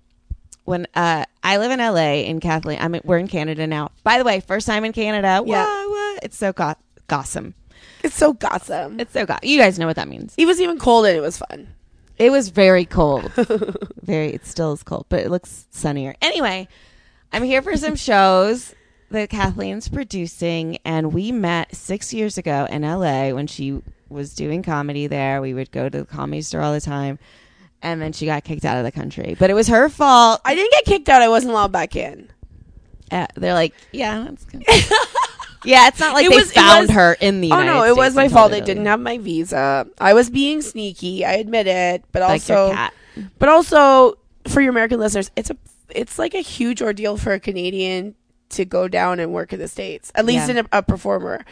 when uh, I live in LA and Kathleen, I'm we're in Canada now. By the way, first time in Canada. Yeah. Whoa, whoa. It's so go- gossam. It's so gossip. It's so go- You guys know what that means. It was even cold, and it was fun. It was very (laughs) cold. very it still is cold, but it looks sunnier. Anyway, I'm here for some shows that Kathleen's producing and we met 6 years ago in LA when she was doing comedy there. We would go to the comedy store all the time. And then she got kicked out of the country. But it was her fault. I didn't get kicked out. I wasn't allowed back in. (laughs) Uh, they're like, yeah, that's good. Yeah, it's not like It they was- it found was- her in the Oh United no, it was States my and fault. told I her to didn't leave. have my visa. I was being sneaky. I admit it, but Like your also, cat. but also for your American listeners, it's a it's like a huge ordeal for a Canadian to go down and work in the states. At least Yeah. in a, a performer,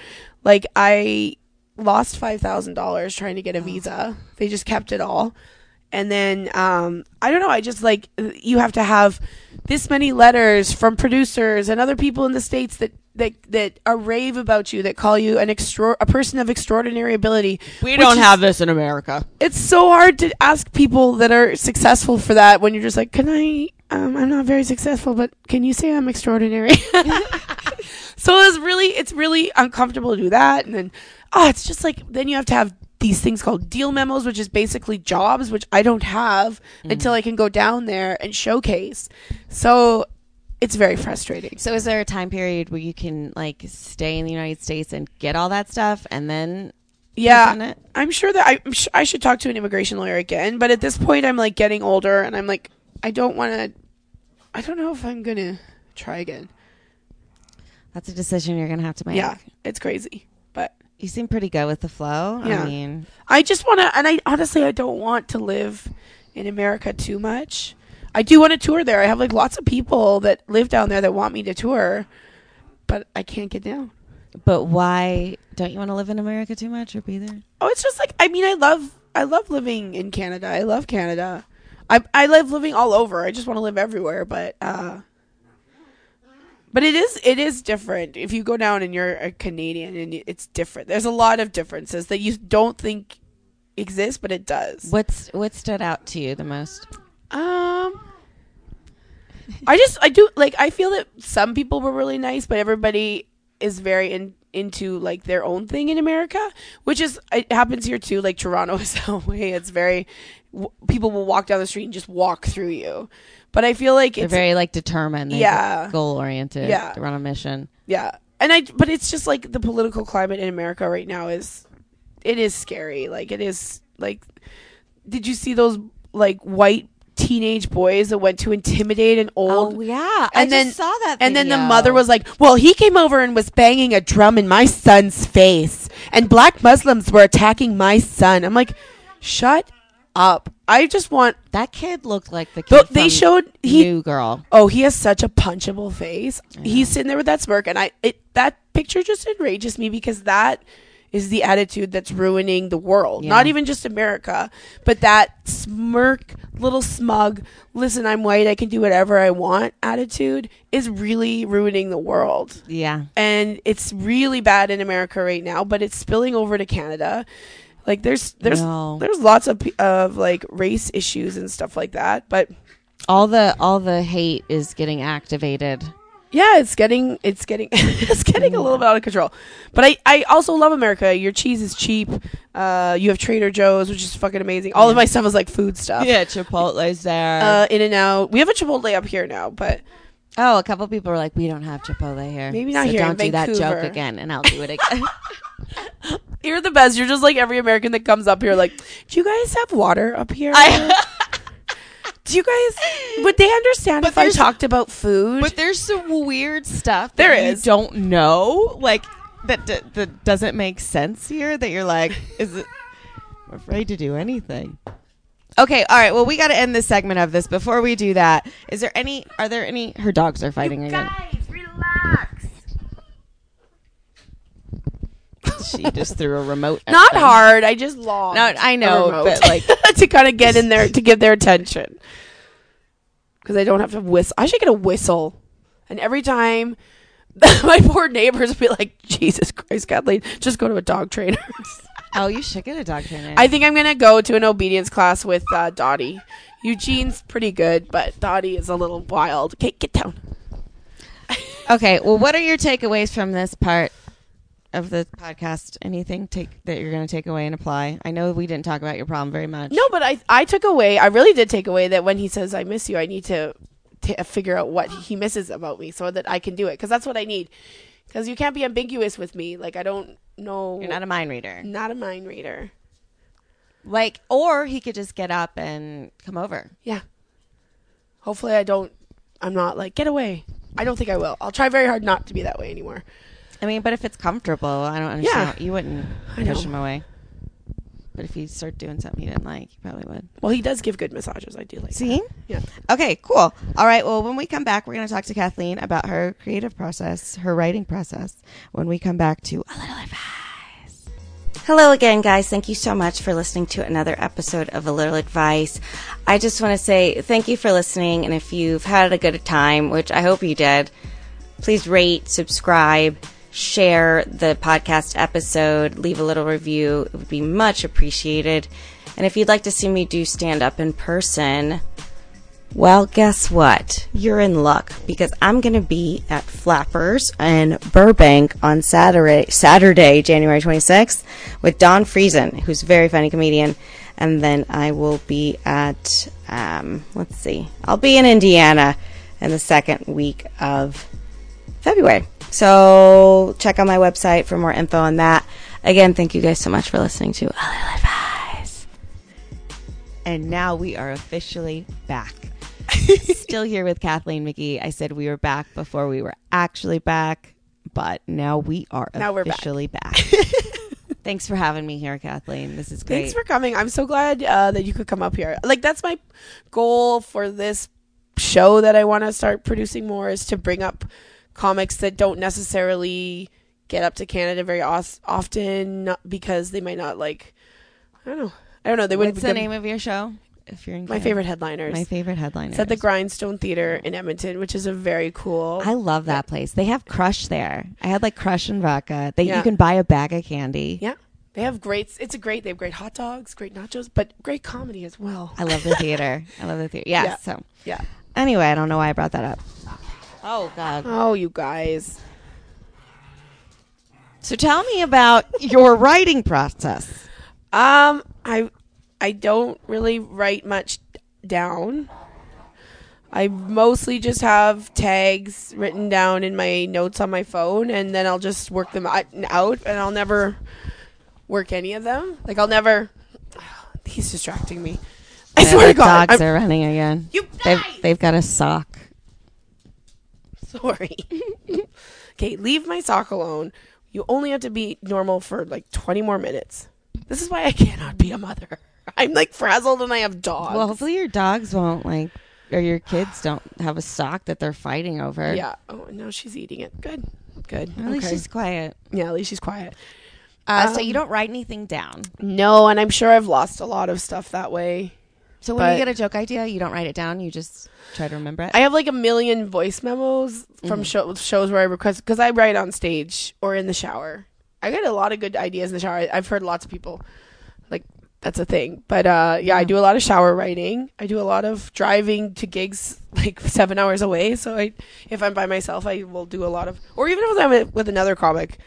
like I lost five thousand dollars trying to Oh. get a visa. They just kept it all. And then um, I don't know. I just like you have to have this many letters from producers and other people in the states that that that are rave about you that call you an extra a person of extraordinary ability. (laughs) We which don't is- have this in America. It's so hard to ask people that are successful for that when you're just like, can I? Um, I'm not very successful, but can you say I'm extraordinary? (laughs) so it's really it's really uncomfortable to do that and then oh it's just like then you have to have these things called deal memos which is basically jobs which i don't have until i can go down there and showcase so it's very frustrating So is there a time period where you can like stay in the United States and get all that stuff and then isn't yeah it? i'm sure that I, I'm sh- I should talk to an immigration lawyer again but at this point i'm like getting older and i'm like i don't want to i don't know if i'm gonna try again that's a decision you're gonna have to make. yeah it's crazy but You seem pretty good with the flow. Yeah. I mean I just want to, and I honestly, I don't want to live in America too much. I do want to tour there. I have like lots of people that live down there that want me to tour, but I can't get down. but why don't you want to live in America too much or be there? Oh, it's just like I mean, I love, I love living in Canada. I love Canada. I I love living all over. I just want to live everywhere, but uh, but it is it is different. If you go down and you're a Canadian, and you- it's different. There's a lot of differences that you don't think exist, but it does. What's what stood out to you the most? Um, I just I do like I feel that some people were really nice, but everybody is very in, into like their own thing in America, which is it happens here too. Like Toronto (laughs) is that way. It's very w- people will walk down the street and just walk through you, but I feel like They're it's very like determined. They're Yeah. Goal oriented. Yeah. They're on a mission. yeah, and I but it's just like the political climate in America right now is it is scary. Like it is like did you see those like white teenage boys that went to intimidate an Oh, old yeah. and then And then the mother was like, "Well, he came over and was banging a drum in my son's face, and black Muslims were attacking my son." I'm like, "Shut up! I just want." That kid looked like the kid. But they from showed he. New Girl. Oh, he has such a punchable face. He's sitting there with that smirk, and I it that picture just enrages me because that is the attitude that's ruining the world. Not even just America, but that smirk, little smug, listen, I'm white, I can do whatever I want attitude is really ruining the world Yeah. and it's really bad in America right now, but it's spilling over to Canada. Like there's there's No. there's lots of pe- of like race issues and stuff like that, but All the all the hate is getting activated. yeah, it's getting it's getting (laughs) it's getting a little bit out of control. But I I also love America. Your cheese is cheap. Uh, you have Trader Joe's, which is fucking amazing. All of my stuff is like food stuff. Yeah, Chipotle's there. Uh, in and out. We have a Chipotle up here now, but Oh, a couple people were like, "We don't have Chipotle here. Maybe not so here, in Don't do that joke Vancouver." again, and I'll do it again. (laughs) you're the best. You're just like every American that comes up here. Like, do you guys have water up here? do you guys? Would they understand if I there's- talked about food? (laughs) But there's some weird stuff There that you is. don't know, like that d- that doesn't make sense here. That you're like, is it? I'm afraid to do anything. Okay, all right. Well, we got to end this segment of this. Before we do that, is there any? Are there any? Her dogs are fighting again. She just threw a remote. at Not them. hard. I just long. No, I know, but like, (laughs) to kind of get in there to give their attention because I don't have to whistle. I should get a whistle, and every time. (laughs) My poor neighbors would be like, Jesus Christ, Kathleen, just go to a dog trainer. (laughs) oh, you should get a dog trainer. I think I'm going to go to an obedience class with uh, Dottie. Eugene's pretty good, but Dottie is a little wild. Okay, get down. okay. Well, what are your takeaways from this part of the podcast? Anything take that you're going to take away and apply? I know we didn't talk about your problem very much. No, but I I took away. I really did take away that when he says I miss you, I need to t- uh, figure out what he misses about me so that I can do it because that's what I need. Because you can't be ambiguous with me. Like I don't know. You're not a mind reader. not a mind reader. Like, or he could just get up and come over. Yeah. Hopefully, I don't. I'm not like get away. I don't think I will. I'll try very hard not to be that way anymore. I mean, but if it's comfortable, I don't Yeah. understand. how- You wouldn't I push know. him away. But if he started doing something he didn't like, you probably would. Well, he does give good massages. I do like. See? Yeah. Okay, cool. All right. Well, when we come back, we're going to talk to Kathleen about her creative process, her writing process. When we come back to a little advice. Hello again, guys. Thank you so much for listening to another episode of A Little Advice. I just want to say thank you for listening. And if you've had a good time, which I hope you did, please rate, subscribe, share the podcast episode, leave a little review. It would be much appreciated. And if you'd like to see me do stand up in person, well, guess what? You're in luck because I'm going to be at Flappers in Burbank on Saturday, Saturday, January 26th, with Don Friesen, who's a very funny comedian. And then I will be at, um, let's see, I'll be in Indiana in the second week of February. So check out my website for more info on that. Again, thank you guys so much for listening to A Little Advice. And now we are officially (laughs) back. Still here with Kathleen McGee. I said we were back before we were actually back, but now we are Now we're back. (laughs) officially back. Thanks for having me here, Kathleen. This is great. Thanks for coming. I'm so glad uh, that you could come up here. Like that's my goal for this show that I want to start producing more is to bring up comics that don't necessarily get up to Canada very os- often not- because they might not like. I don't know. I don't know. They wouldn't. What's be the good- name of your show? If you're in My Canada. favorite headliners. my favorite headliner. It's at the Grindstone Theater in Edmonton, which is a very cool. I love that place. They have Crush there. I had like Crush and vodka. They Yeah. you can buy a bag of candy. yeah, they have great. It's a great. They have great hot dogs, great nachos, but great comedy as well. I love the theater. I love the theater. Yeah, Yeah. So yeah. anyway, I don't know why I brought that up. Oh God. Oh, you guys. So tell me about your writing process. Um, I I don't really write much down. I mostly just have tags written down in my notes on my phone, and then I'll just work them out, out, and I'll never work any of them. Like I'll never. (sighs) He's distracting me. (laughs) I Yeah, swear the to God, dogs I'm are running again. You they've, guys! they've got a sock. (laughs) sorry. okay, leave my sock alone. You only have to be normal for like 20 more minutes. This is why I cannot be a mother. (laughs) I'm like frazzled, and I have dogs. Well, hopefully your dogs won't like, or your kids don't have a sock that they're fighting over. Yeah. Oh, now she's eating it. Good. Good. At least Okay. she's quiet. yeah, at least she's quiet. Um, Uh, so you don't write anything down. No, and I'm sure I've lost a lot of stuff that way. So when you but- get a joke idea, you don't write it down. You just try to remember it. I have like a million voice memos from show, shows where I request because I write on stage or in the shower. I get a lot of good ideas in the shower. I, I've heard lots of people like that's a thing. But uh, yeah, I do a lot of shower writing. I do a lot of driving to gigs like seven hours away. So I, if I'm by myself, I will do a lot of, or even if I'm with another comic.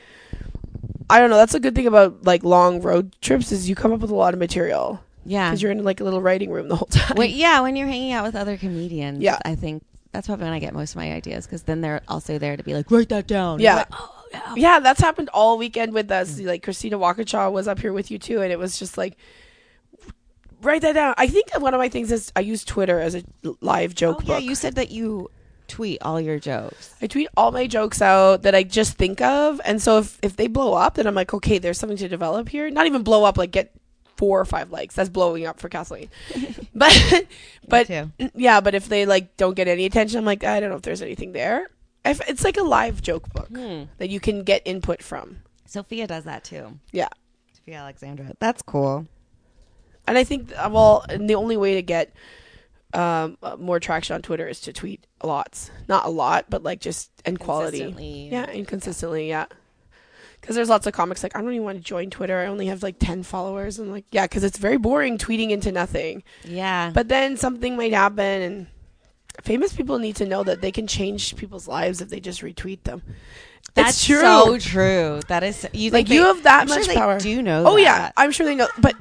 I don't know. That's a good thing about like long road trips is you come up with a lot of material yeah. because you're in like a little writing room the whole (laughs) time. Wait, yeah, when you're hanging out with other comedians, Yeah. I think that's probably when I get most of my ideas because then they're also there to be like, "Oh, write that down. Yeah. Yeah, that's happened all weekend with us. Like Christina Walkinshaw was up here with you too, and it was just like write that down. I think that one of my things is I use Twitter as a live joke Oh, yeah, book. you said that you tweet all your jokes. I tweet all my jokes out that I just think of, and so if if they blow up, then I'm like, okay, there's something to develop here. Not even blow up, like get four or five likes. That's blowing up (laughs) for Kathleen. but but too. yeah, but if they like don't get any attention, I'm like, I don't know if there's anything there. If, it's like a live joke book Hmm. that you can get input from. Sophia does that too. Yeah. Sophia Alexandra. That's cool. And I think, uh, well, and the only way to get um, uh, more traction on Twitter is to tweet lots. Not a lot, but like just and quality. Consistently. Yeah, and consistently, yeah. Because there's lots of comics like, I don't even want to join Twitter. I only have like 10 followers. And like, yeah, because it's very boring tweeting into nothing. Yeah. But then something might happen, and famous people need to know that they can change people's lives if they just retweet them. that's it's true. so true. That is you like think you they- have that I'm much sure they power. do know Oh yeah, that. I'm sure they know. But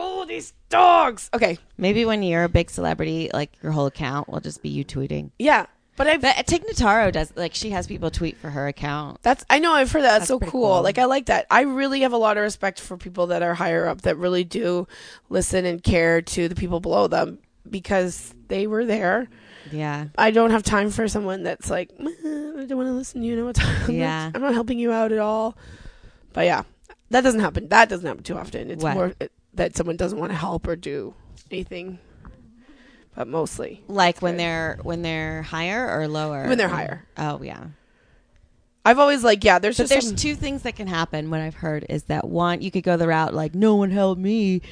oh, these dogs. Okay, Maybe when you're a big celebrity, like your whole account will just be you tweeting. yeah. But I've But Tig Notaro does like she has people tweet for her account. That's I know I've heard that. That's, so pretty cool. cool. Like I like that. I really have a lot of respect for people that are higher up that really do listen and care to the people below them because they were there. Yeah. I don't have time for someone that's like, "Meh, I don't want to listen to you. No, it's- I'm Yeah. not, I'm not helping you out at all. But yeah, that doesn't happen. That doesn't happen too often. It's What? more uh, that someone doesn't want to help or do anything. But mostly Like when Good. they're when they're higher or lower. when they're higher, Oh yeah. I've always like, yeah, there's But just there's some- two things that can happen. What I've heard is that one, you could go the route like, no one helped me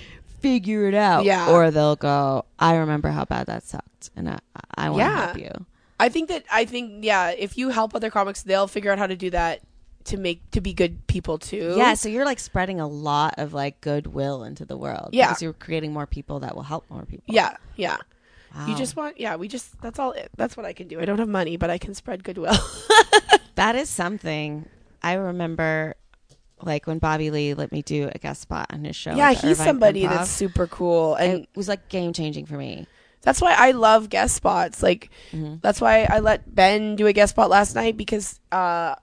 figure it out. Yeah. Or they'll go, I remember how bad that sucked, and I I want to Yeah. help you. I think that I think yeah, if you help other comics, they'll figure out how to do that to make to be good people too. Yeah. So you're like spreading a lot of like goodwill into the world. Yeah. Because you're creating more people that will help more people. Yeah, yeah. You Wow. just want yeah, we just that's all it, that's what I can do. I don't have money, but I can spread goodwill. That is something. I remember like when Bobby Lee let me do a guest spot on his show. (laughs) yeah, at the he's Irvine somebody Improv. that's super cool and it was like game changing for me. that's why I love guest spots. Like Mm-hmm. that's why I let Ben do a guest spot last night because uh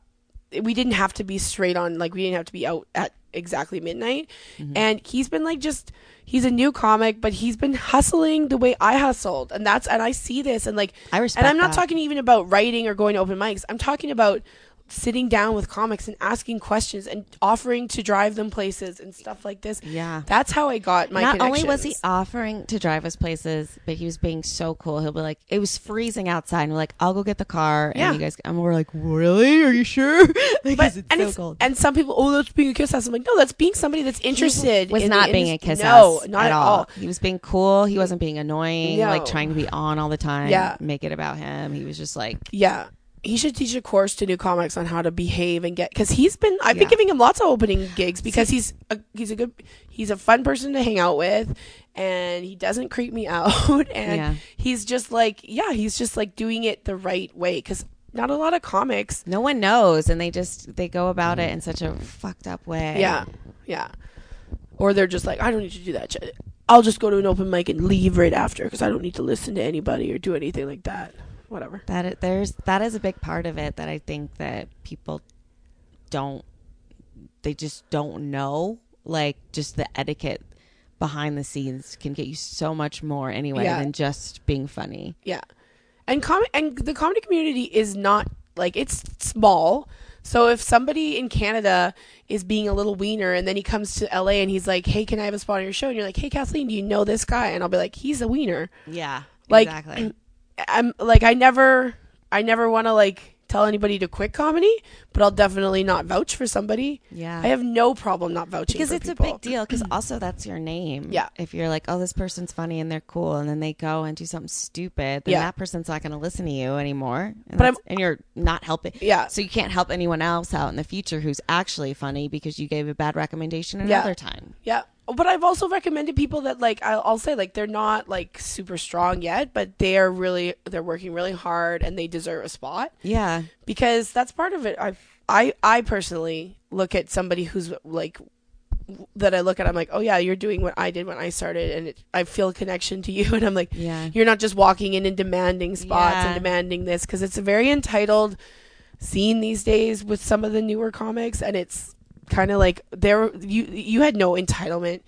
we didn't have to be straight on like we didn't have to be out at exactly midnight Mm-hmm. and he's been like just he's a new comic but he's been hustling the way i hustled and that's and i see this and like I respect and i'm not that. talking even about writing or going to open mics i'm talking about sitting down with comics and asking questions and offering to drive them places and stuff like this Yeah. that's how i got my Not only was he connections. offering to drive us places, but he was being so cool. He'll be like, it was freezing outside. And we're like, I'll go get the car. Yeah. And you guys, and we're like, really? Are you sure? (laughs) like, 'cause it's so and it's- cold. and some people, oh, that's being a kiss ass. I'm like, no, that's being somebody that's interested. was in the not being a indus- kiss No, ass not at all. He was being cool. He wasn't being annoying, like No. trying to be on all the time. Yeah. Make it about him. He was just like, Yeah, he should teach a course to new comics on how to behave and get because he's been. I've been Yeah. giving him lots of opening gigs because he's a, he's a good he's a fun person to hang out with, and he doesn't creep me (laughs) out, and Yeah. he's just like yeah, he's just like doing it the right way because not a lot of comics. no one knows. And they just, they go about it in such a fucked up way. Mm. Yeah, yeah, or they're just like I don't need to do that shit. I'll just go to an open mic and leave right after because I don't need to listen to anybody or do anything like that. Whatever. That i- there's that is a big part of it that I think that people don't they just don't know like just the etiquette behind the scenes can get you so much more anyway Yeah. than just being funny. Yeah, and com- and the comedy community is not like it's small. So if somebody in Canada is being a little wiener, and then he comes to LA and he's like, "Hey, can I have a spot on your show?" and you're like, "Hey, Kathleen, do you know this guy?" and I'll be like, "He's a wiener." Yeah. Like, (clears throat) I'm like, I never, I never want to like tell anybody to quit comedy, but I'll definitely not vouch for somebody. Yeah. I have no problem not vouching because for it's people. a big deal because also that's your name Yeah. if you're like oh this person's funny and they're cool and then they go and do something stupid then Yeah. that person's not going to listen to you anymore and But I'm- that's- and you're not helping Yeah. so you can't help anyone else out in the future who's actually funny because you gave a bad recommendation Yeah. another time Yeah. But I've also recommended people that like I'll, I'll say like they're not like super strong yet, but they are really they're working really hard and they deserve a spot yeah because that's part of it. I I I personally look at somebody who's like w- that I look at I'm like, "Oh yeah, you're doing what I did when I started and it, I feel a connection to you." (laughs) And I'm like, Yeah. you're not just walking in and demanding spots Yeah. and demanding this cuz it's a very entitled scene these days with some of the newer comics and it's kind of like there you you had no entitlement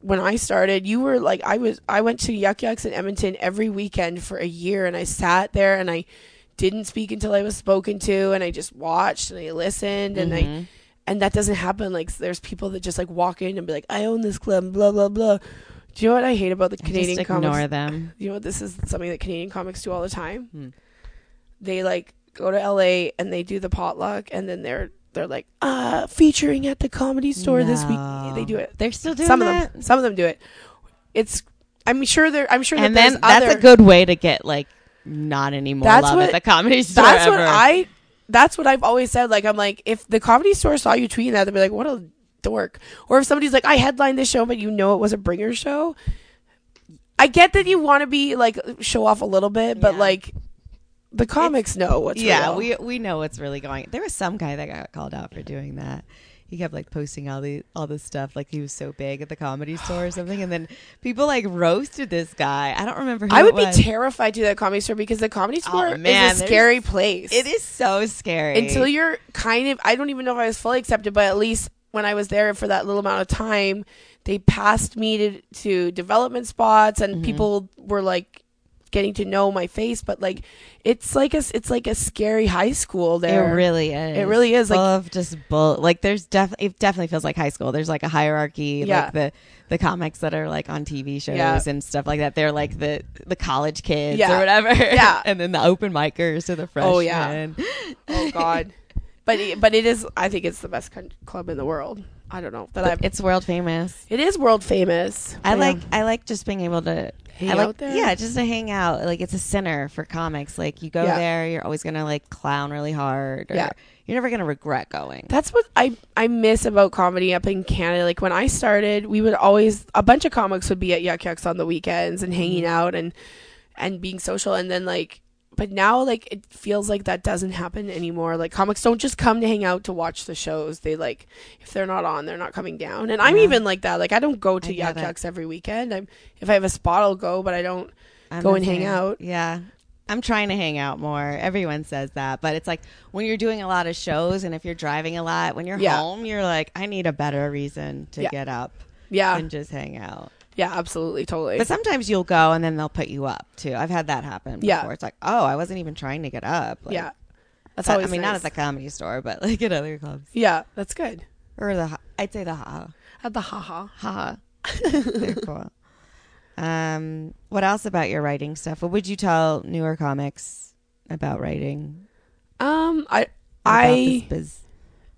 when I started, you were like I was I went to Yuck Yucks in Edmonton every weekend for a year and I sat there and I didn't speak until I was spoken to and I just watched and I listened and Mm-hmm. I and that doesn't happen. Like there's people that just like walk in and be like, I own this club, blah blah blah. Do you know what I hate about the Canadian just comics? ignore them Hmm. You know what this is something that Canadian comics do all the time? They like go to LA and they do the potluck and then they're they're like, uh, featuring at the comedy store this No. week. They do it (laughs) they're still doing some that of them some of them do it it's i'm sure there i'm sure and that then there's that's other, a good way to get like not anymore That's love what- at the comedy store that's what ever. i that's what i've always said like i'm like if the comedy store saw you tweeting that they'd be like what a dork or if somebody's like i headlined this show but you know it was a bringer show i get that you want to be like show off a little bit but Yeah. like the comics know what's yeah, real. we we know what's really going. There was some guy that got called out for doing that. He kept like posting all the all this stuff, like he was so big at the Oh comedy store or something, and then people like roasted this guy. I don't remember. who i it would be was. terrified. terrified to that comedy store because the comedy store is man, a there's- scary place It is so scary until you're kind of i don't even know if i was fully accepted but at least when I was there for that little amount of time, they passed me to, to development spots, and Mm-hmm. people were like getting to know my face. But like, it's like a s- it's like a scary high school It there. really is. It really is, like- Full of just bull. Like there's definitely it definitely feels like high school. There's like a hierarchy. Yeah. Like the the comics that are like on TV shows Yeah. and stuff like that. They're like the the college kids Yeah. or whatever. (laughs) Yeah. and then the open micers to the freshmen. Oh, yeah. oh (laughs) God. But it- but it is. I think it's the best con- club in the world. I don't know that I've. It's world famous. It is world famous. I like I like just being able to Hang I like, out there? Yeah, just to hang out. Like it's a center for comics. Like you go Yeah. there, you're always gonna like clown really hard. Or Yeah. You're never gonna regret going. That's what I I miss about comedy up in Canada. Like when I started, we would always a bunch of comics would be at Yuck Yucks on the weekends and hanging Mm-hmm. out and and being social and then like but now like it feels like that doesn't happen anymore. Like comics don't just come to hang out to watch the shows. They like if they're not on, they're not coming down. And I'm even like that. Like I don't go to I get Yuck it. Yucks every weekend. I'm if I have a spot I'll go, but I don't I'm go the and hang same. out. Yeah. I'm trying to hang out more. Everyone says that, but it's like when you're doing a lot of shows and if you're driving a lot, when you're Yeah. home, you're like, I need a better reason to Yeah. Ah. get up Yeah. and just hang out. yeah, absolutely, totally. But sometimes you'll go and then they'll put you up too. I've had that happen before. Yeah. It's like, oh, I wasn't even trying to get up. Like, yeah. That's I always mean, not nice. at the comedy store, but like at other clubs Yeah, that's good. or the. ha- I'd say the ha At the haha. ha. (laughs) They're cool. Um, what else about your writing stuff? What would you tell newer comics about writing? Um, I, about I, this biz.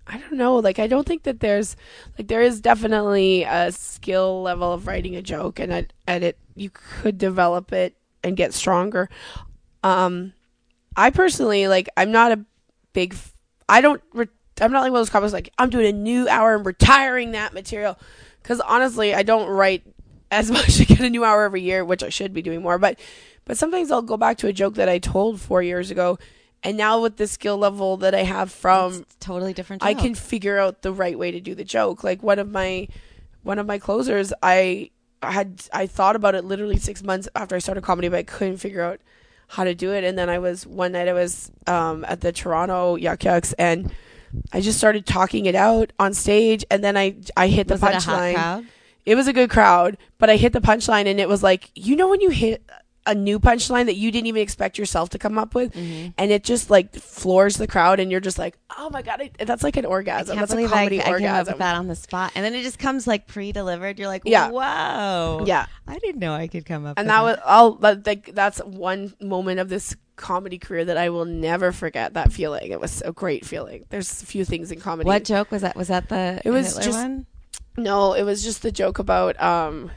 I don't know. Like, I don't think that there's, like, there is definitely a skill level of writing a joke, and I, and it, you could develop it and get stronger. Um, I personally, like, I'm not a big, f- I don't, re- I'm not like one of those comics like I'm doing a new hour and retiring that material, because honestly, I don't write as (laughs) much to get a new hour every year, which I should be doing more. But, but sometimes I'll go back to a joke that I told four years ago. And now with the skill level that I have from It's totally different. Mm. I can figure out the right way to do the joke. Like one of my one of my closers, I had I thought about it literally six months after I started comedy, but I couldn't figure out how to do it. And then I was one night I was um, at the Toronto Yuck Yucks, and I just started talking it out on stage, and then I I hit the Was it a hot punchline crowd? it was a good crowd, but I hit the punchline and it was like, you know, when you hit a new punchline that you didn't even expect yourself to come up with, Mm-hmm. and it just like floors the crowd, and you're just like, oh my god, I, that's like an orgasm. Can't That's a believe comedy I, I came up orgasm. with that on the spot, and then it just comes like pre-delivered. You're like, Yeah. whoa, Yeah. I didn't know I could come up. And with that was I'll that- like that's one moment of this comedy career that I will never forget. That feeling, it was a great feeling. There's few things in comedy. What joke was that? Was that the It was Hitler just- one? No, it was just the joke about um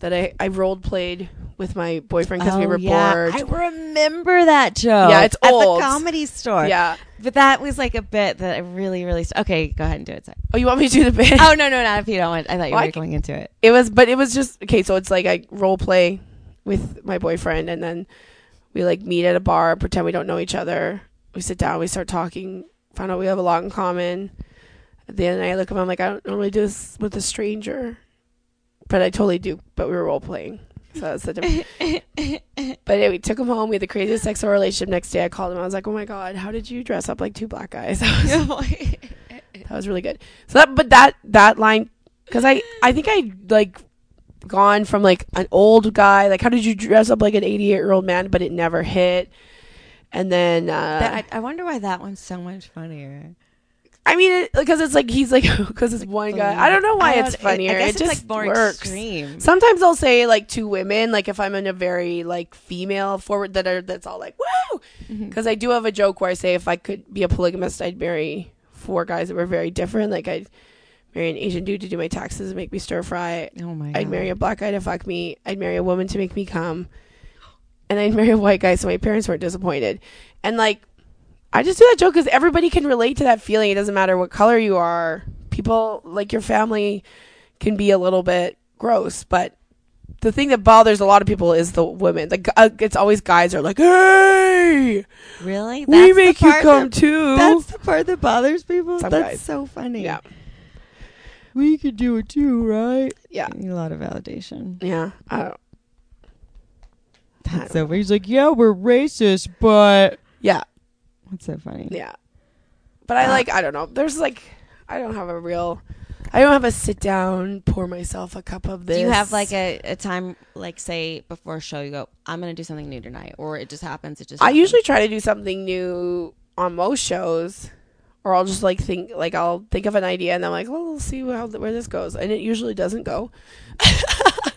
that I I role played with my boyfriend because we Oh, were yeah. bored. I remember that joke. Yeah, it's at old. the comedy store. Yeah. but that was like a bit that I really, really. St- okay, go ahead and do it. Sorry. (laughs) oh, you want me to do the bit? Oh no, no, not if you don't want. I thought you Well, I were can- going into (laughs) it. it was but it was just okay so it's like i role play with my boyfriend and then we like meet at a bar pretend we don't know each other we sit down we start talking find out we have a lot in common at the end of the night i look at him i'm like i don't normally do this with a stranger but i totally do but we were role playing so that's the difference but it, we took him home we had the craziest sexual relationship next day i called him i was like oh my god how did you dress up like two black guys (laughs) I (laughs) was that was really good. So that, but that that line, because I I think I like gone from like an old guy, like how did you dress up like an eighty eight year old man, but it never hit. And then uh, That- I, I wonder why that one's so much funnier. I mean, because it's like he's like (laughs) because it's one guy. Oh I don't know why I it's don't- I- I funnier. guess it it's, like, just more works. extreme. Sometimes I'll say like two women, like if I'm in a very like female forward that are that's all like woo, because I do have a joke where I say if I could be a polygamist, I'd marry four guys that were very different. Like I'd marry an Asian dude to do my taxes and make me stir fry. Oh my I'd God. marry a black guy to fuck me. I'd marry a woman to make me come, and I'd marry a white guy so my parents weren't disappointed. And like I just do that joke because everybody can relate to that feeling. It doesn't matter what color you are. People like your family can be a little bit gross, but the thing that bothers a lot of people is the women. Like uh, it's always guys are like, "Hey, Really? we That's the make you part come that- too." That's the part that bothers people. Some That's guys. so funny. yeah, We could do it too, right? yeah, I need a lot of validation. yeah. Uh, I don't, That's so funny. He's like, yeah, we're racist, but. yeah, That's so funny. Uh. yeah. But I like. I don't know. There's like, I don't have a real I don't have a sit down, pour myself a cup of this. Do you have like a, a time, like say before a show, you go, I'm going to do something new tonight, or it just happens? It just. I happens? usually try to do something new on most shows, or I'll just like think like I'll think of an idea and I'm like, well, we'll see how where this goes, and it usually doesn't go,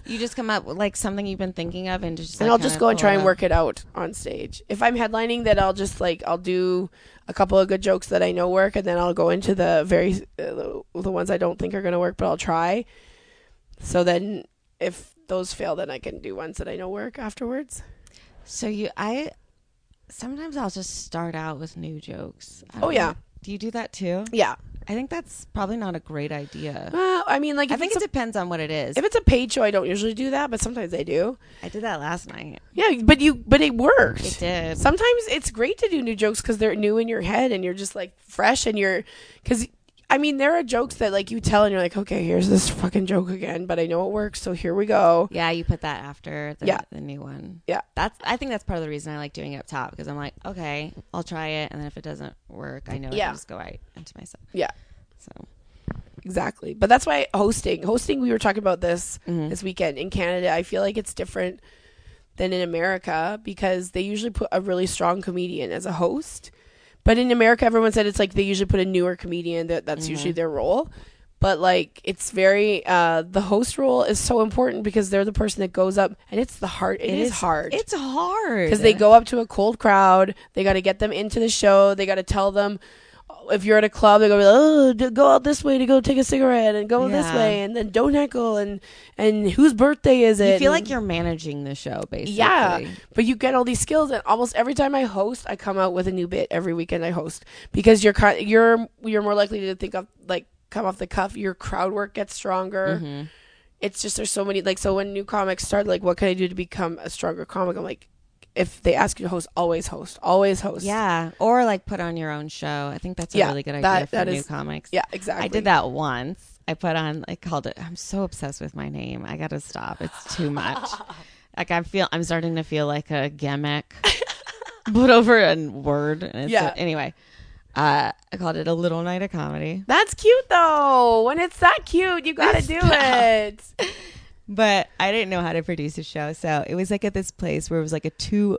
you just come up with like something you've been thinking of, and just. and like, I'll just kinda go and pull try it and out. work it out on stage. If I'm headlining, that I'll just like I'll do a couple of good jokes that I know work, and then I'll go into the very uh, the ones I don't think are gonna work, but I'll try. So then, if those fail, then I can do ones that I know work afterwards. So you, I. Sometimes I'll just start out with new jokes. I Oh, don't yeah. know. Do you do that too? Yeah, I think that's probably not a great idea. well, I mean, like I if think it's it depends on what it is. a, if it's a paid show, I don't usually do that, but sometimes I do. I did that last night. Yeah, but you but it worked. It did. Sometimes it's great to do new jokes because they're new in your head and you're just like fresh and you're because I mean there are jokes that like you tell and you're like okay here's this fucking joke again but I know it works so here we go. Yeah, you put that after the, Yeah. the new one. Yeah. That's I think that's part of the reason I like doing it up top because I'm like, okay, I'll try it and then if it doesn't work, I know I Yeah. can just go right into myself. Yeah, So exactly. But that's why hosting hosting we were talking about this this weekend in Canada. I feel like it's different than in America because they usually put a really strong comedian as a host. But in America, everyone said it's like they usually put a newer comedian that that's usually their role. But like it's very uh, the host role is so important because they're the person that goes up and it's the hard. it is, hard It's hard. because they go up to a cold crowd. They got to get them into the show. They got to tell them if you're at a club, they go, oh, d- go out this way to go take a cigarette and go this Yeah. way and then don't heckle and and whose birthday is it? you feel and- like you're managing the show basically. yeah, but you get all these skills, and almost every time I host, I come out with a new bit every weekend I host because you're kind, you're you're more likely to think of like come off the cuff. Your crowd work gets stronger. Mm-hmm. It's just there's so many like so when new comics start like what can I do to become a stronger comic? I'm like, if they ask you to host, always host, always host. Yeah. Or like put on your own show. I think that's a Yeah, really good idea that- for that new is- comics. yeah, exactly. I did that once. I put on, I called it, I'm so obsessed with my name. I got to stop. It's too (laughs) much. like I feel, I'm starting to feel like a (laughs) gimmick, but over a word. And it's Yeah. anyway, uh, I called it a little night of comedy, That's cute though. When it's that cute, you gotta do it. but I didn't know how to produce a show. So it was like at this place where it was like a two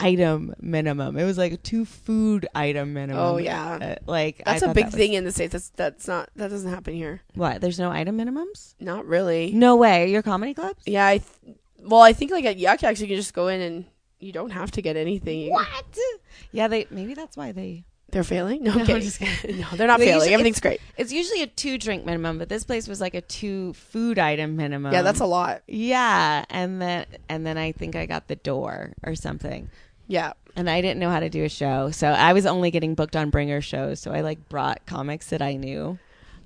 item minimum. It was like a two food item minimum. Oh, yeah. Uh, like That's a a big thing in the states. That's that's not that doesn't happen here. What? There's no item minimums? Not really. No way. Your comedy clubs? Yeah, I th- well, I think like at Yuck Yucks, you can just go in and you don't have to get anything. You- What? Yeah, they maybe that's why they They're failing? No, I'm I'm kidding. (laughs) just no, they're not They failing. usually- Everything's great. it's usually a two drink minimum, but this place was like a two food item minimum. yeah, that's a lot. yeah. And then, and then I think I got the door or something. Yeah. and I didn't know how to do a show, so I was only getting booked on bringer shows. So I like brought comics that I knew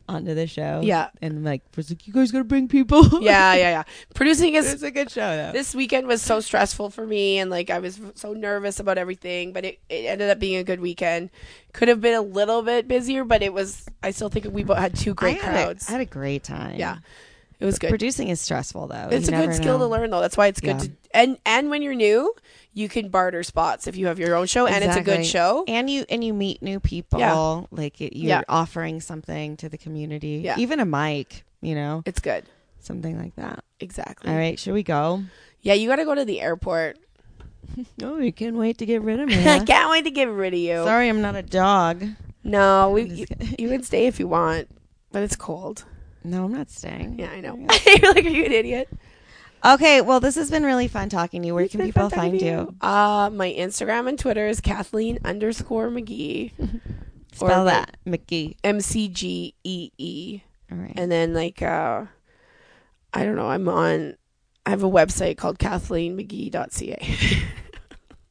onto the show. Yeah. and like was like, you guys gotta bring people. (laughs) Yeah, yeah, yeah. Producing is It's a good show though. this weekend was so stressful for me and like I was so nervous about everything, but it, it ended up being a good weekend. Could have been a little bit busier, but it was I still think we both had two great I had a- crowds. I had a great time. yeah. It was good. producing is stressful though. It's You a good never skill to know. learn though. That's why it's good Yeah. to and and when you're new, you can barter spots if you have your own show and it's a Exactly. good show. and you and you meet new people. Yeah. Like it, you're Yeah. offering something to the community. Yeah. even a mic. You know, It's good. something like that. Exactly. All right, should we go? Yeah, you got to go to the airport. (laughs) No, we can't wait to get rid (laughs) of I me. can't wait to get rid of you. Sorry, I'm not a dog. No, we you, you can stay if you want, but it's cold. No, I'm not staying. Yeah, I know. (laughs) You're like, are you an idiot? Okay, well, this has been really fun talking to you. Where can It's been people fun talking find to you? Uh, my Instagram and Twitter is Kathleen underscore (laughs) McGee. Or Spell my- that, McGee. M C G E E. All right. And then like uh, I don't know. I'm on. I have a website called KathleenMcGee.ca.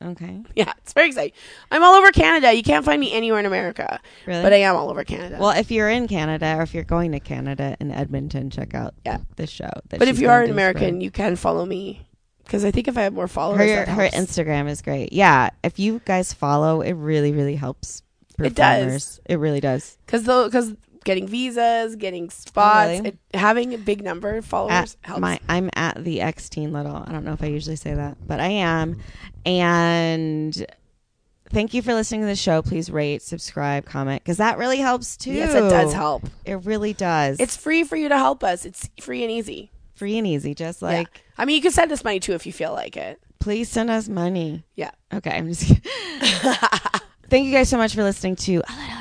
Okay. (laughs) yeah, it's very exciting. I'm all over Canada. You can't find me anywhere in America, Really? but I am all over Canada. well, if you're in Canada or if you're going to Canada in Edmonton, check out Yeah. the show. that But if she's you gonna are an do American, you can follow me because I think if I have more for- followers, her that her helps. Instagram is great. Yeah, if you guys follow, it really really helps. It does. performers. It really does. because because getting visas, getting spots, really? it, having a big number of followers At helps. my, I'm at the X Teen Little. I don't know if I usually say that, but I am. And thank you for listening to the show. Please rate, subscribe, comment, because that really helps too. Yes, it does help. It really does. It's free for you to help us. It's free and easy. free and easy, just Yeah. like I mean, you can send us money too if you feel like it. please send us money. Yeah. (laughs) Okay, I'm just kidding. Thank you guys so much for listening to A Little